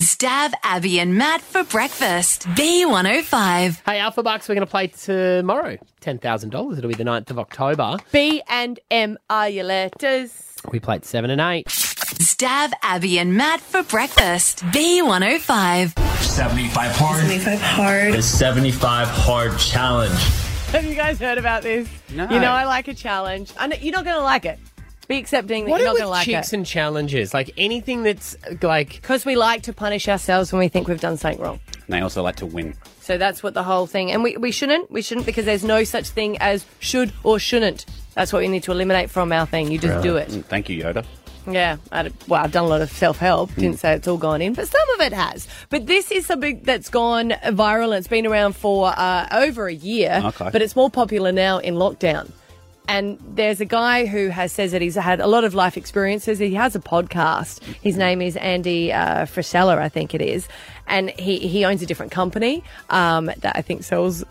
Speaker 1: Stab Abby and Matt for breakfast. B105.
Speaker 2: (laughs) Hey, Alpha Bucks, we're going to play tomorrow. $10,000. It'll be the 9th of October.
Speaker 3: B and M are your letters.
Speaker 2: We played 7 and 8.
Speaker 1: Stab Abby and Matt for breakfast. B105.
Speaker 17: 75 hard. 75 hard. The 75 hard challenge.
Speaker 3: Have you guys heard about this?
Speaker 2: No.
Speaker 3: You know I like a challenge. I know, you're not going to like it. Be accepting that
Speaker 2: What
Speaker 3: you're
Speaker 2: are
Speaker 3: not
Speaker 2: with
Speaker 3: going to like
Speaker 2: chicks
Speaker 3: it.
Speaker 2: and challenges? Like anything that's uh, like.
Speaker 3: Because we like to punish ourselves when we think we've done something wrong.
Speaker 4: And they also like to win.
Speaker 3: So that's what the whole thing. And we, we shouldn't. We shouldn't because there's no such thing as should or shouldn't. That's what we need to eliminate from our thing. You just do it.
Speaker 4: Mm, Thank you, Yoda.
Speaker 3: Yeah, I, d- well, I've done a lot of self help.
Speaker 4: Hmm.
Speaker 3: Didn't say it's all gone in, but some of it has. But this is something that's gone viral. It's been around for uh, over a year,
Speaker 18: Okay.
Speaker 3: but it's more popular now in lockdown. And there's a guy who has says that he's had a lot of life experiences. He has a podcast. His name is Andy uh, Frisella, I think it is, and he he owns a different company um, that I think sells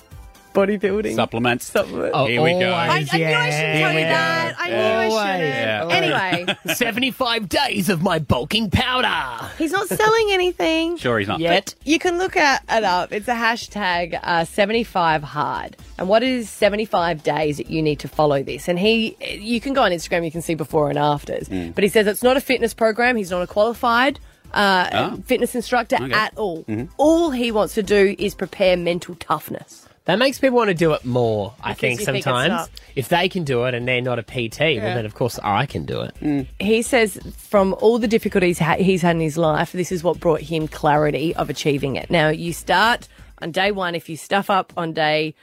Speaker 3: bodybuilding
Speaker 4: Supplements.
Speaker 3: Supplements.
Speaker 4: Oh, Here we go.
Speaker 3: I, I knew I shouldn't
Speaker 4: Here
Speaker 3: tell
Speaker 4: we
Speaker 3: you
Speaker 4: go.
Speaker 3: that. I knew I shouldn't. Anyway.
Speaker 2: 75 days of my bulking powder.
Speaker 3: He's not selling
Speaker 2: (laughs)
Speaker 3: anything.
Speaker 4: Sure, he's not.
Speaker 2: Yet.
Speaker 3: But you can look at it up. It's a hashtag uh, 75 hard. And what is 75 days that you need to follow this? And he, you can go on Instagram, you can see before and afters.
Speaker 2: Hmm.
Speaker 3: But he says it's not a fitness program. He's not a qualified uh,
Speaker 2: Oh.
Speaker 3: fitness instructor
Speaker 2: Okay.
Speaker 3: at all.
Speaker 2: Mhm.
Speaker 3: All he wants to do is prepare mental toughness.
Speaker 2: That makes people want to do it more, I
Speaker 3: Because
Speaker 2: think,
Speaker 3: you think it's
Speaker 2: sometimes.
Speaker 3: up.
Speaker 2: if they can do it and they're not a PT,
Speaker 3: Yeah.
Speaker 2: well, then of course I can do it.
Speaker 3: He says from all the difficulties ha- he's had in his life, this is what brought him clarity of achieving it. Now, you start on day one. If you stuff up on day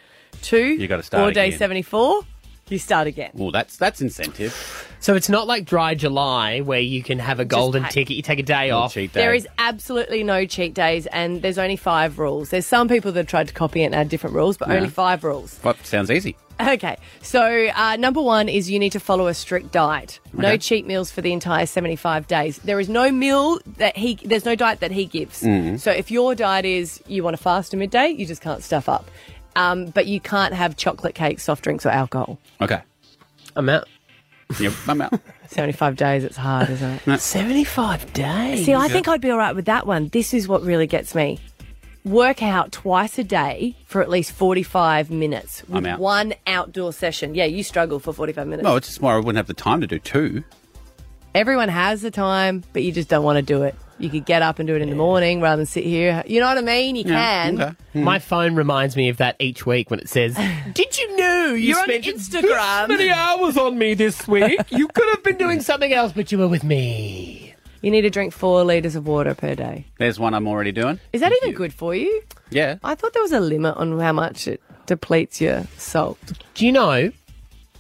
Speaker 3: two
Speaker 4: You gotta start
Speaker 3: or day
Speaker 4: again.
Speaker 3: 74, you start again.
Speaker 4: Well, that's that's incentive.
Speaker 2: So it's not like dry July where you can have a golden
Speaker 3: pay.
Speaker 2: ticket. You take a day off. Cheat
Speaker 3: There is absolutely no cheat days, and there's only five rules. There's some people that tried to copy it and add different rules, but
Speaker 4: Yeah.
Speaker 3: only five rules.
Speaker 4: Well, sounds easy.
Speaker 3: Okay, so uh, number one is you need to follow a strict diet. No
Speaker 4: Okay.
Speaker 3: cheat meals for the entire 75 days. There is no meal that he, there's no diet that he gives.
Speaker 4: Mm-hmm.
Speaker 18: Mhm.
Speaker 3: So if your diet is you want to fast at midday, you just can't stuff up. Um, but you can't have chocolate cake, soft drinks, or alcohol.
Speaker 4: Okay.
Speaker 2: I'm out.
Speaker 4: Yep, I'm out.
Speaker 3: 75 days, it's hard, isn't it?
Speaker 2: 75 days.
Speaker 3: See, I think I'd be all right with that one. This is what really gets me. Work out twice a day for at least 45 minutes with
Speaker 4: I'm out.
Speaker 3: one outdoor session. Yeah, you struggle for 45 minutes.
Speaker 4: Well, it's just more I wouldn't have the time to do two.
Speaker 3: Everyone has the time, but you just don't want to do it. You could get up and do it in the morning rather than sit here. You know what I mean? You can.
Speaker 2: My phone reminds me of that each week when
Speaker 3: (laughs)
Speaker 2: it says, Did you know you
Speaker 3: You're on
Speaker 2: spent
Speaker 3: Instagram.
Speaker 2: this many hours on me this
Speaker 3: (laughs)
Speaker 2: week? you could have been doing something else, but you were with me.
Speaker 3: You need to drink four litres of water per day.
Speaker 4: There's one I'm already doing.
Speaker 3: Is that even good for you?
Speaker 4: Yeah.
Speaker 3: I thought there was a limit on how much it depletes your salt.
Speaker 2: Do you know?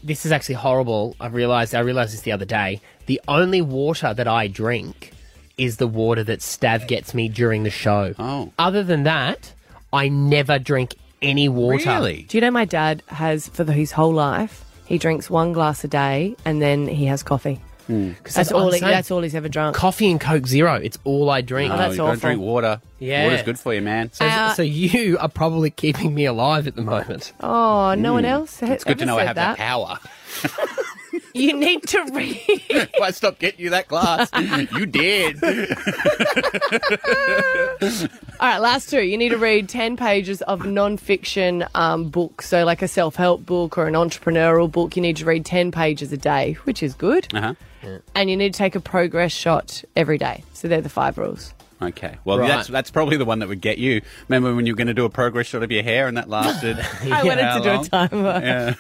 Speaker 2: This is actually horrible. I realized I realized this the other day. The only water that I drink is the water that Stav gets me during the show. Oh. Other than that, I never drink any water.
Speaker 3: Do you know my dad has for the, his whole life? He drinks one glass a day and then he has coffee.
Speaker 2: Because
Speaker 3: That's all. He,
Speaker 2: I'm saying.
Speaker 3: that's all he's ever drunk.
Speaker 2: Coffee and Coke Zero. It's all Uh, I drink.
Speaker 3: Oh, that's
Speaker 4: you gotta Um, drink water.
Speaker 2: Yeah.
Speaker 4: Water's good for you, man.
Speaker 2: So, so you are probably keeping me alive at the moment.
Speaker 3: Oh, no one
Speaker 2: Mm.
Speaker 3: else.
Speaker 2: It's good to
Speaker 3: ever
Speaker 2: know I
Speaker 3: said
Speaker 2: have
Speaker 3: that.
Speaker 2: that (laughs)
Speaker 4: Power.
Speaker 3: You need to (laughs) read.
Speaker 4: if I stopped getting you that
Speaker 2: (laughs)
Speaker 4: glass, you did.
Speaker 3: All right, last two. You need to read 10 pages of non-fiction um, books. So like a self-help book or an entrepreneurial book, you need to read 10 pages a day, which is good.
Speaker 4: Uh-huh.
Speaker 3: And you need to take a progress shot every day. So they're the five rules.
Speaker 4: Okay. Well,
Speaker 3: Right.
Speaker 4: that's that's probably the one that would get you. Remember when you were going to do a progress shot of your hair and
Speaker 2: (laughs)
Speaker 4: that lasted?
Speaker 2: I wanted
Speaker 4: how
Speaker 2: to do a
Speaker 4: long?
Speaker 3: timer.
Speaker 4: Yeah.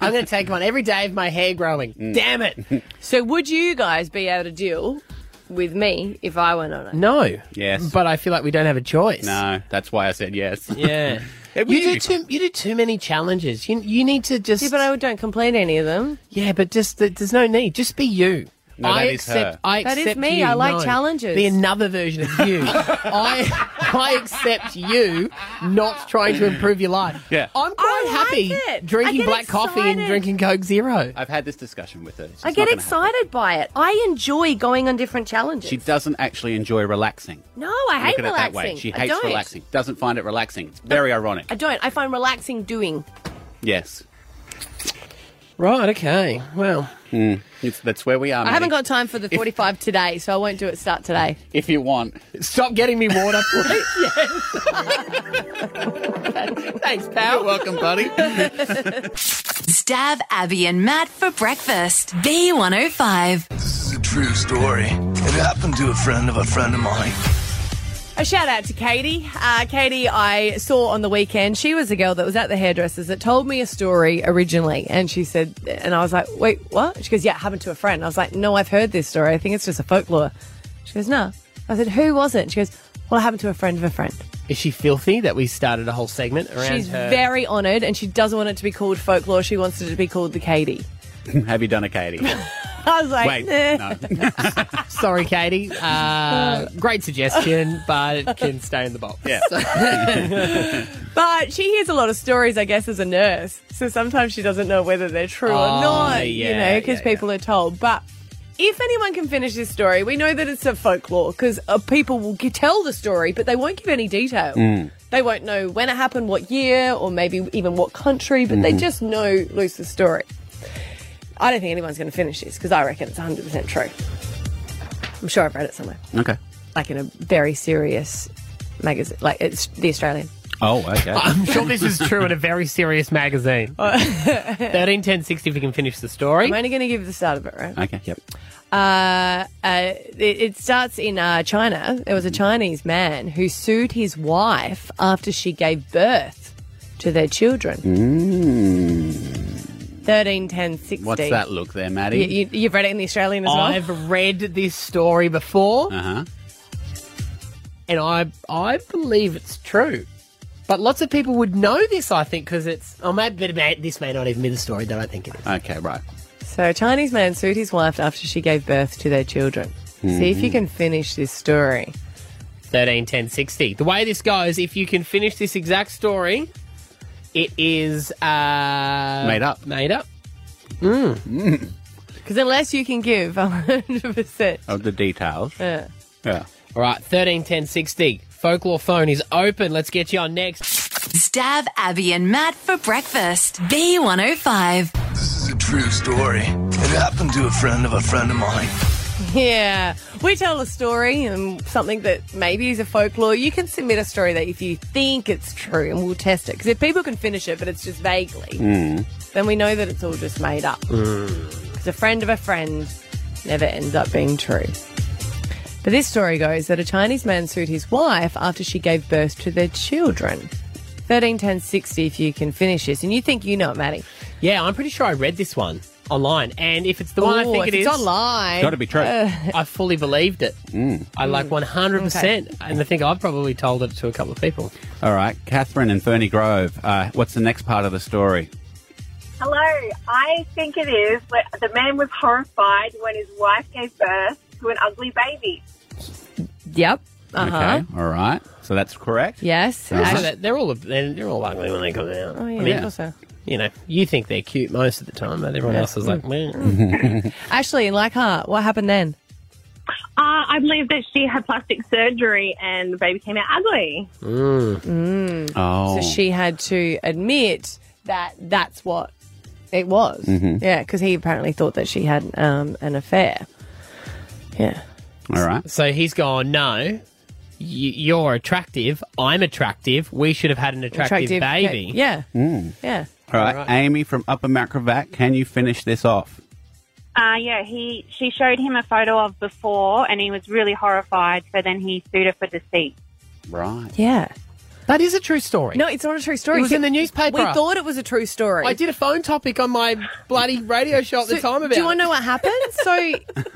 Speaker 2: I'm going to take one every day of my hair growing. Damn it.
Speaker 3: So would you guys be able to deal with me if I went on it?
Speaker 2: (laughs) No.
Speaker 4: Yes.
Speaker 2: But I feel like we don't have a choice.
Speaker 4: no, that's why I said yes. (laughs)
Speaker 2: Yeah. (laughs) you do too. You do too many challenges. You you need to just. Yeah, but
Speaker 3: I don't complete any of them.
Speaker 2: Yeah, but just th- there's no need. Just be you.
Speaker 4: No,
Speaker 2: I
Speaker 4: that is
Speaker 2: accept.
Speaker 4: her.
Speaker 2: I
Speaker 3: That is
Speaker 2: accept
Speaker 3: me.
Speaker 2: you,
Speaker 3: I like
Speaker 2: no.
Speaker 3: challenges.
Speaker 2: Be another version
Speaker 3: (laughs)
Speaker 2: of you. I I accept you not trying to improve your life.
Speaker 4: Yeah.
Speaker 2: I'm quite happy drinking
Speaker 3: get
Speaker 2: black coffee and
Speaker 3: excited.
Speaker 2: drinking Coke Zero.
Speaker 4: I've had this discussion with her. It's
Speaker 3: I
Speaker 4: just
Speaker 3: get
Speaker 4: not gonna
Speaker 3: excited by it. I enjoy going on different
Speaker 4: happen.
Speaker 3: challenges.
Speaker 4: She doesn't actually enjoy relaxing.
Speaker 3: no, I hate relaxing.
Speaker 4: Look at it that way. She
Speaker 3: I
Speaker 4: hates
Speaker 3: don't.
Speaker 4: relaxing. Doesn't find it relaxing. It's very ironic.
Speaker 3: I don't. I find relaxing doing.
Speaker 4: Yes.
Speaker 2: Right. Okay. Well,
Speaker 4: Mm. It's, that's where we are.
Speaker 3: I haven't
Speaker 4: Maddie.
Speaker 3: got time for the 45 today, so I won't do it start today.
Speaker 4: If you want,
Speaker 2: stop getting me water, please.
Speaker 3: (laughs)
Speaker 2: (laughs)
Speaker 1: Thanks, pal.
Speaker 4: You're welcome, (laughs) buddy.
Speaker 1: Stab Abby and Matt for breakfast. B105.
Speaker 18: This is a true story. It happened to a friend of a friend of mine.
Speaker 3: A shout out to Katie. Uh, Katie, I saw on the weekend. She was a girl that was at the hairdressers that told me a story originally, and she said, and I was like, "Wait, what?" She goes, "Yeah, it happened to a friend." I was like, "No, I've heard this story. I think it's just a folklore." She goes, "No." I said, "Who was it?" She goes, "Well, it happened to a friend of a friend."
Speaker 2: Is she filthy that we started a whole segment around
Speaker 3: She's
Speaker 2: her?
Speaker 3: very honoured, and she doesn't want it to be called folklore. She wants it to be called the Katie. (laughs)
Speaker 4: Have you done a Katie?
Speaker 3: I was like,
Speaker 4: Wait,
Speaker 3: "Eh."
Speaker 4: no.
Speaker 2: Sorry, Katie.
Speaker 3: (laughs)
Speaker 2: Uh, great suggestion, but it can stay in the box. Yeah.
Speaker 3: But she hears a lot of stories, I guess, as a nurse. So sometimes she doesn't know whether they're true
Speaker 2: Oh,
Speaker 3: or not, you
Speaker 2: yeah,
Speaker 3: know, because people are told. But if anyone can finish this story, we know that it's a folklore because uh, people will g- tell the story, but they won't give any detail.
Speaker 2: Mm.
Speaker 3: They won't know when it happened, what year, or maybe even what country, but they
Speaker 2: Mhm.
Speaker 3: just know Lucy's story. I don't think anyone's going to finish this because I reckon it's 100% true. I'm sure I've read it somewhere,
Speaker 4: okay.
Speaker 3: like in a very serious magazine, like it's The Australian.
Speaker 4: Oh,
Speaker 3: (laughs)
Speaker 4: okay.
Speaker 2: I'm sure this is true in a very serious magazine.
Speaker 4: (laughs)
Speaker 2: 13, 10, 60 if we can finish the story.
Speaker 3: I'm only going to give the start of it, right?
Speaker 4: Okay, yep.
Speaker 3: Uh, uh, it, it starts in uh, China. There was a Chinese man who sued his wife after she gave birth to their children.
Speaker 4: Mm.
Speaker 3: 13, 10, 60.
Speaker 4: What's that look there, Maddie?
Speaker 3: You, you, have read it in the Australian as well?
Speaker 2: I've read this story before,
Speaker 4: uh-huh.
Speaker 2: and I I believe it's true. But lots of people would know this, I think, because it's. Oh, maybe, but it may- this may not even be the story that I think it is.
Speaker 4: Okay, right.
Speaker 3: So, a Chinese man sued his wife after she gave birth to their children. See if you
Speaker 2: Mhm.
Speaker 4: Hmm.
Speaker 3: can finish this story.
Speaker 2: 13, 10, 60. The way this goes, if you can finish this exact story, it is. Uh,
Speaker 4: Made up.
Speaker 2: Made up.
Speaker 3: Because unless you can give 100%.
Speaker 4: Of Oh, the details.
Speaker 3: Uh,
Speaker 4: Yeah.
Speaker 2: All right, 13, 10, 60. Folklore phone is open. Let's get you on next.
Speaker 1: Stab Abby and Matt for breakfast. B105.
Speaker 18: This is a true story. It happened to a friend of a friend of mine.
Speaker 3: Yeah, we tell a story and something that maybe is a folklore. You can submit a story that if you think it's true, and we'll test it. Because if people can finish it, but it's just vaguely, then we know that it's all just made up. Because a friend of a friend never ends up being true. But this story goes that a Chinese man sued his wife after she gave birth to their children. Thirteen, ten, sixty. If you can finish this, and you think you know it, Maddie.
Speaker 2: Yeah, I'm pretty sure I read this one online. And if it's the one I
Speaker 3: Ooh,
Speaker 2: think
Speaker 3: if
Speaker 2: it is.
Speaker 3: Oh, it's online, Gotta be true. uh,
Speaker 2: I fully believed it. I
Speaker 3: Mm.
Speaker 2: like 100%. And I think I've probably told it to a couple of people.
Speaker 4: All right, Catherine and Fernie Grove. Uh, what's the next part of the story?
Speaker 19: Hello, I think it is. But the man was horrified when his wife gave birth to an ugly baby.
Speaker 3: Yep. Uh huh.
Speaker 4: Okay, all right. So that's correct.
Speaker 3: Yes.
Speaker 4: Uh-huh.
Speaker 2: So that- they're all they're, they're all ugly when they come out.
Speaker 3: Oh, yeah,
Speaker 2: I mean,
Speaker 3: of course so.
Speaker 2: you know, you think they're cute most of the time, but everyone
Speaker 3: Yeah.
Speaker 2: else is like,
Speaker 3: Mm.
Speaker 2: meh.
Speaker 3: Ashley in Leichhardt, what happened then?
Speaker 20: Uh, I believe that she had plastic surgery and the baby came out ugly.
Speaker 3: Mm.
Speaker 4: Oh.
Speaker 3: So she had to admit that that's what it was.
Speaker 4: Mhm.
Speaker 3: Yeah, because he apparently thought that she had um, an affair. Yeah.
Speaker 4: All right.
Speaker 2: So he's gone, no, y- you're attractive. I'm attractive. We should have had an attractive,
Speaker 3: Attractive, yeah,
Speaker 2: baby.
Speaker 3: yeah.
Speaker 4: Mm.
Speaker 3: Yeah.
Speaker 4: All right,
Speaker 2: All right.
Speaker 4: Amy from Upper Macrovac, can you finish this off?
Speaker 19: Uh, yeah, he she showed him a photo of before, and he was really horrified. So then he sued her for deceit.
Speaker 4: Right.
Speaker 3: Yeah.
Speaker 2: That is a true story.
Speaker 3: No, it's not a true story.
Speaker 2: It was
Speaker 3: See,
Speaker 2: in the newspaper.
Speaker 3: We thought it was a true story.
Speaker 2: I did a phone topic on my bloody radio show at the time about
Speaker 3: Do you want to know what
Speaker 2: (laughs)
Speaker 3: happened? so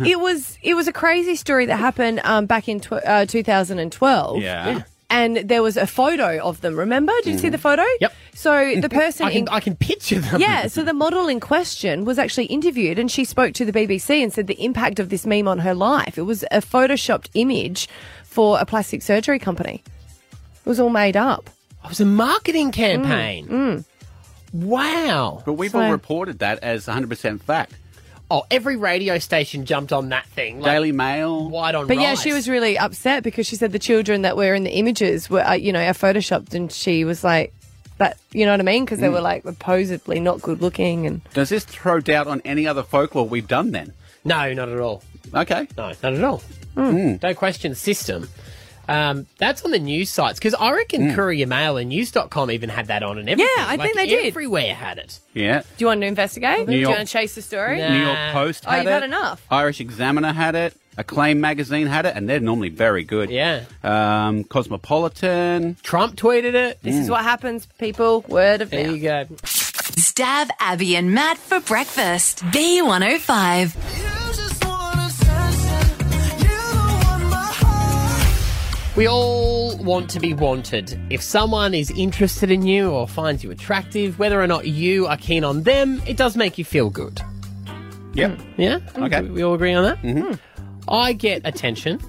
Speaker 3: it was it was a crazy story that happened um, back in tw- uh, 2012.
Speaker 2: Yeah. Yeah.
Speaker 3: And there was a photo of them. Remember? Did you
Speaker 4: Mm-hmm.
Speaker 3: see the photo? Yep. So
Speaker 2: (laughs)
Speaker 3: the person
Speaker 2: I can,
Speaker 3: in-
Speaker 2: I can picture them.
Speaker 3: yeah, so the model in question was actually interviewed and she spoke to the BBC and said the impact of this meme on her life. It was a photoshopped image for a plastic surgery company. It was all made up.
Speaker 2: It was a
Speaker 3: Mm,
Speaker 2: marketing campaign. Wow.
Speaker 4: But we've
Speaker 2: So-
Speaker 4: all reported that as 100% fact.
Speaker 2: Oh, every radio station jumped on that thing.
Speaker 4: Daily Mail.
Speaker 2: White on
Speaker 3: But yeah,
Speaker 2: rice.
Speaker 3: she was really upset because she said the children that were in the images were, uh, you know, are photoshopped, and she was like, "That, you know what I mean?" Because they
Speaker 4: Mm.
Speaker 3: were like supposedly not good looking, and
Speaker 4: Does this throw doubt on any other folklore we've done then?
Speaker 2: No, not at all.
Speaker 4: Okay.
Speaker 2: No, not at all.
Speaker 3: Mm.
Speaker 2: Don't question the system. Um, that's on the news sites because I reckon Courier Mail and News.com even had that on and everything.
Speaker 3: Yeah, I
Speaker 2: Like,
Speaker 3: think they did.
Speaker 2: Everywhere had it.
Speaker 4: Yeah.
Speaker 3: do you want to investigate? do
Speaker 4: New
Speaker 3: you
Speaker 4: York-
Speaker 3: want to chase the story?
Speaker 4: New York Post
Speaker 3: Oh,
Speaker 4: had
Speaker 3: you've
Speaker 4: it.
Speaker 3: had enough.
Speaker 4: Irish Examiner had it. Acclaim magazine had it, and they're normally very good.
Speaker 2: Yeah.
Speaker 4: Um, Cosmopolitan.
Speaker 2: Trump tweeted it.
Speaker 3: This is what happens, people. Word of
Speaker 1: There
Speaker 3: mouth.
Speaker 1: you
Speaker 2: go.
Speaker 1: Stab Abby and Matt for breakfast. B105.
Speaker 2: We all want to be wanted. If someone is interested in you or finds you attractive, whether or not you are keen on them, it does make you feel good.
Speaker 3: Hmm.
Speaker 4: Yep.
Speaker 2: Yeah?
Speaker 4: Okay.
Speaker 2: Mm-hmm. We all agree on that? Mm-hmm. I get attention,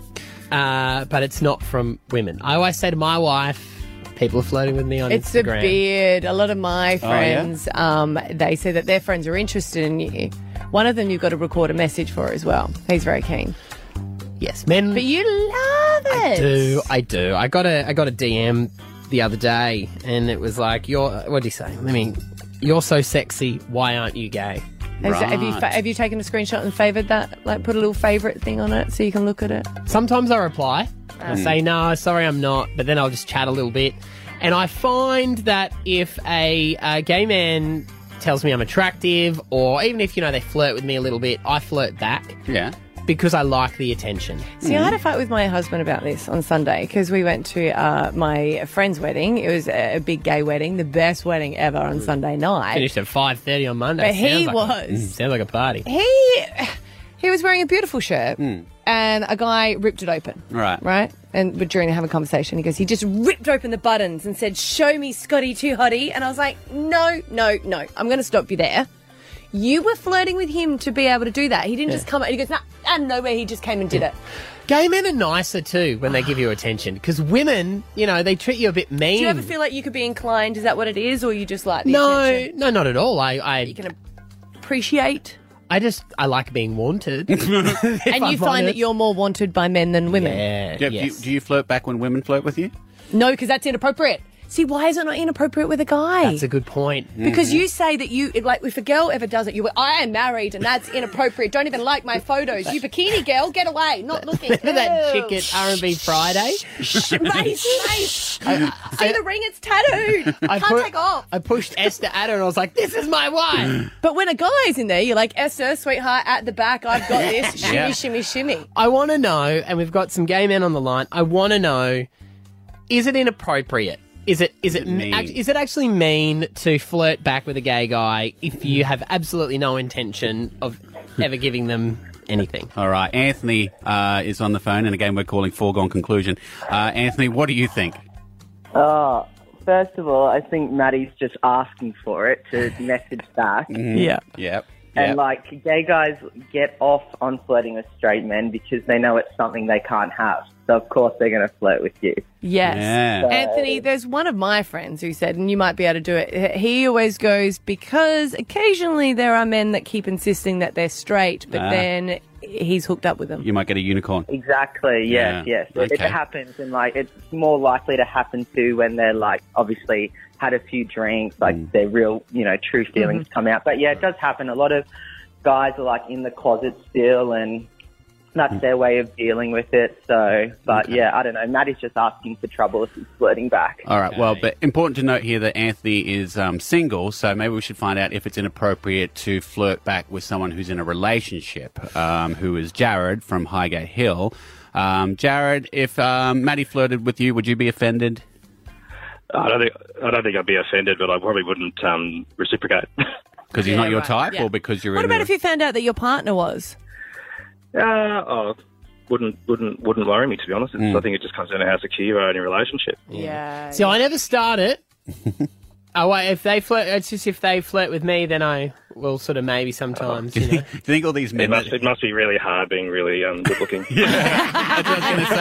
Speaker 2: uh, but it's not from women. I always say to my wife, people are flirting with me on
Speaker 3: It's a
Speaker 2: Instagram.
Speaker 3: beard. A lot of my
Speaker 2: Oh, yeah?
Speaker 3: friends, um, they say that their friends are interested in you. One of them you've got to record a message for as well. He's very keen.
Speaker 2: Yes, men.
Speaker 3: But you love it.
Speaker 2: do I do? I got a I got a DM the other day, and it was like, "You're what do you say? Let me. You're so sexy. Why aren't you gay?"
Speaker 3: Has- Have you fa- have you taken a screenshot and favoured that? Like, put a little favourite thing on it so you can look at it.
Speaker 2: Sometimes I reply. I
Speaker 3: Ah.
Speaker 4: Hmm.
Speaker 2: say no, sorry, I'm not. But then I'll just chat a little bit, and I find that if a, uh gay man tells me I'm attractive, or even if you know they flirt with me a little bit, I flirt back.
Speaker 4: Yeah.
Speaker 2: Because I like the attention.
Speaker 3: See, I had a
Speaker 2: Hmm.
Speaker 3: fight with my husband about this on Sunday because we went to uh, my friend's wedding. It was a, a big gay wedding, the best wedding ever on
Speaker 2: Hmm.
Speaker 3: Sunday night.
Speaker 2: Finished at five thirty on Monday.
Speaker 3: But he
Speaker 2: Sounds like a- Hmm,
Speaker 3: was.
Speaker 2: sounds like a party.
Speaker 3: He he was wearing a beautiful shirt,
Speaker 2: Mm.
Speaker 3: and a guy ripped it open.
Speaker 4: Right.
Speaker 3: Right? And we're during having a conversation, he goes, he just ripped open the buttons and said, Show me Scotty too hottie. And I was like, No, no, no. I'm going to stop you there. You were flirting with him to be able to do that. He didn't
Speaker 2: Yeah.
Speaker 3: just come out. He goes, nah, out of nowhere, he just came and did it.
Speaker 2: Gay men are nicer too when they give you attention because women, you know, they treat you a bit mean.
Speaker 3: Do you ever feel like you could be inclined? Is that what it is? Or you just like the
Speaker 2: Mm. no,
Speaker 3: attention?
Speaker 2: no, not at all. I, I you
Speaker 3: can
Speaker 2: (laughs)
Speaker 3: appreciate.
Speaker 2: I just I like being
Speaker 4: (laughs)
Speaker 2: wanted. and
Speaker 3: And you find that you're more wanted by men than women.
Speaker 2: Yeah.
Speaker 4: Do, you, do you flirt back when women flirt with you?
Speaker 3: No, because that's inappropriate. See, why is it not inappropriate with a guy?
Speaker 2: That's a good point.
Speaker 3: Because you say that you like if a girl ever does it, you I am married and that's inappropriate. Don't even like my photos. You bikini girl, get away. Not looking.
Speaker 2: (laughs) Remember that
Speaker 3: Ew.
Speaker 2: chick at R&B Friday?
Speaker 3: Race,
Speaker 2: (laughs)
Speaker 3: race. (laughs)
Speaker 2: I-
Speaker 3: See the ring? It's tattooed.
Speaker 2: (laughs) I
Speaker 3: Can't
Speaker 2: put-
Speaker 3: take off.
Speaker 2: I pushed Esther at her and I was like, this is my wife.
Speaker 3: But when a guy's in there, you're like, Esther, sweetheart, at the back, I've got this. Shimmy,
Speaker 2: Yeah.
Speaker 3: shimmy, shimmy.
Speaker 2: I want to know, and we've got some gay men on the line. I want to know: is it inappropriate? Is it is it
Speaker 4: mean?
Speaker 2: act- is it actually mean to flirt back with a gay guy if you have absolutely no intention of ever giving them anything?
Speaker 4: All right. Anthony uh, is on the phone, and again, we're calling foregone conclusion. Uh, Anthony, what do you think?
Speaker 21: Oh, first of all, I think Maddie's just asking for it
Speaker 4: (laughs)
Speaker 21: to message back.
Speaker 4: Mm-hmm. Yep.
Speaker 21: And
Speaker 4: yep.
Speaker 21: like, gay guys get off on flirting with straight men because they know it's something they can't have. So of course they're going to flirt with you.
Speaker 3: Yes.
Speaker 21: Yeah.
Speaker 3: Anthony, there's one of my friends who said, and you might be able to do it. He always goes, because occasionally there are men that keep insisting that they're straight, but
Speaker 4: Ah.
Speaker 3: then he's hooked up with them.
Speaker 4: You might get a unicorn.
Speaker 21: Exactly. Yes.
Speaker 4: Yeah,
Speaker 21: Yes. It,
Speaker 4: okay.
Speaker 21: it happens, and like it's more likely to happen too when they're like obviously had a few drinks, like
Speaker 4: Mm.
Speaker 21: their real, you know, true
Speaker 20: Mm-hmm.
Speaker 21: feelings come out. But yeah, it does happen. A lot of guys are like in the closet still, and
Speaker 4: Mm.
Speaker 21: that's their way of dealing with it. So, but yeah, I don't know. Maddie's just asking for trouble if he's flirting back.
Speaker 4: All right. Well, but important to note here that Anthony is um, single, so maybe we should find out if it's inappropriate to flirt back with someone who's in a relationship, um, who is Jared from Highgate Hill. Um, Jared, if um, Maddie flirted with you, would you be offended?
Speaker 22: I don't think I don't think I'd be offended, but I probably wouldn't um, reciprocate. (laughs)
Speaker 4: Because he's not your type,
Speaker 3: yeah.
Speaker 4: or because you're
Speaker 3: What
Speaker 4: in
Speaker 3: about
Speaker 4: a-
Speaker 3: if you found out that your partner was?
Speaker 22: Uh, oh, wouldn't wouldn't wouldn't worry me to be honest. It's,
Speaker 6: Mm.
Speaker 22: I think it just comes down to how secure you are in your relationship.
Speaker 3: Yeah.
Speaker 2: See, I never start (laughs) it. oh wait, if they flirt, it's just if they flirt with me, then I will sort of maybe sometimes.
Speaker 4: (laughs)
Speaker 2: You know?
Speaker 22: Do you
Speaker 4: think all these
Speaker 22: men? It must, it must be really hard being really um,
Speaker 4: (laughs)
Speaker 22: good looking.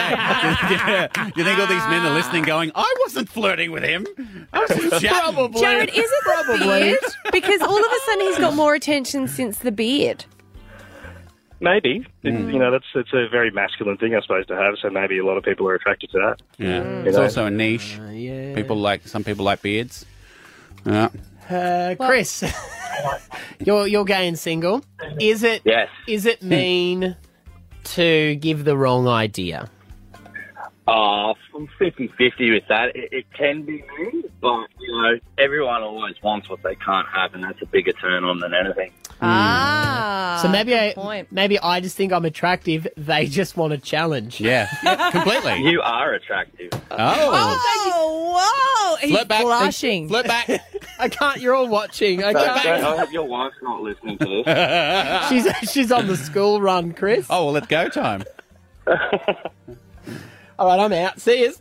Speaker 4: Do you think all these men are listening, going, "I wasn't flirting with him. I was
Speaker 22: (laughs)
Speaker 4: just chatting."
Speaker 3: Jared, is it the beard? Because all of a sudden he's
Speaker 2: (laughs)
Speaker 3: got more attention since the beard.
Speaker 22: Maybe It-
Speaker 4: Mm.
Speaker 22: you know that's it's a very masculine thing, I suppose, to have. So maybe a lot of people are attracted to that.
Speaker 4: Yeah,
Speaker 22: You
Speaker 4: it's
Speaker 22: know?
Speaker 4: also a niche. People like some people like beards. Yeah.
Speaker 2: Uh, Chris, (laughs) you're you're gay and single. Is it?
Speaker 22: Yes.
Speaker 2: Is it mean to give the wrong idea?
Speaker 6: Oh, I'm 50-50 with that. It, it can be me, but, you know, everyone always wants what they can't have, and that's a bigger turn on than anything.
Speaker 2: Ah. Hmm. So maybe I maybe I just think I'm attractive. They just want a challenge.
Speaker 4: (laughs) Yeah. completely.
Speaker 6: You are attractive.
Speaker 3: Oh, whoa!
Speaker 6: Flip back.
Speaker 3: blushing.
Speaker 4: Flip back.
Speaker 2: I can't. You're all watching. I
Speaker 6: Don't- don't- I
Speaker 2: can't.
Speaker 6: hope your wife's not listening to
Speaker 2: (laughs)
Speaker 6: this.
Speaker 2: she's she's on the school run, Chris.
Speaker 4: Oh well, it's go time.
Speaker 2: All right, I'm out. See you.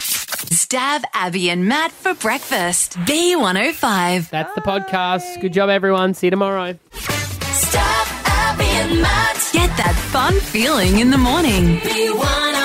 Speaker 1: Stab Abby and Matt for breakfast. B105.
Speaker 2: That's the podcast. Good job, everyone. See you tomorrow.
Speaker 1: Stab Abby and Matt. Get that fun feeling in the morning. B105.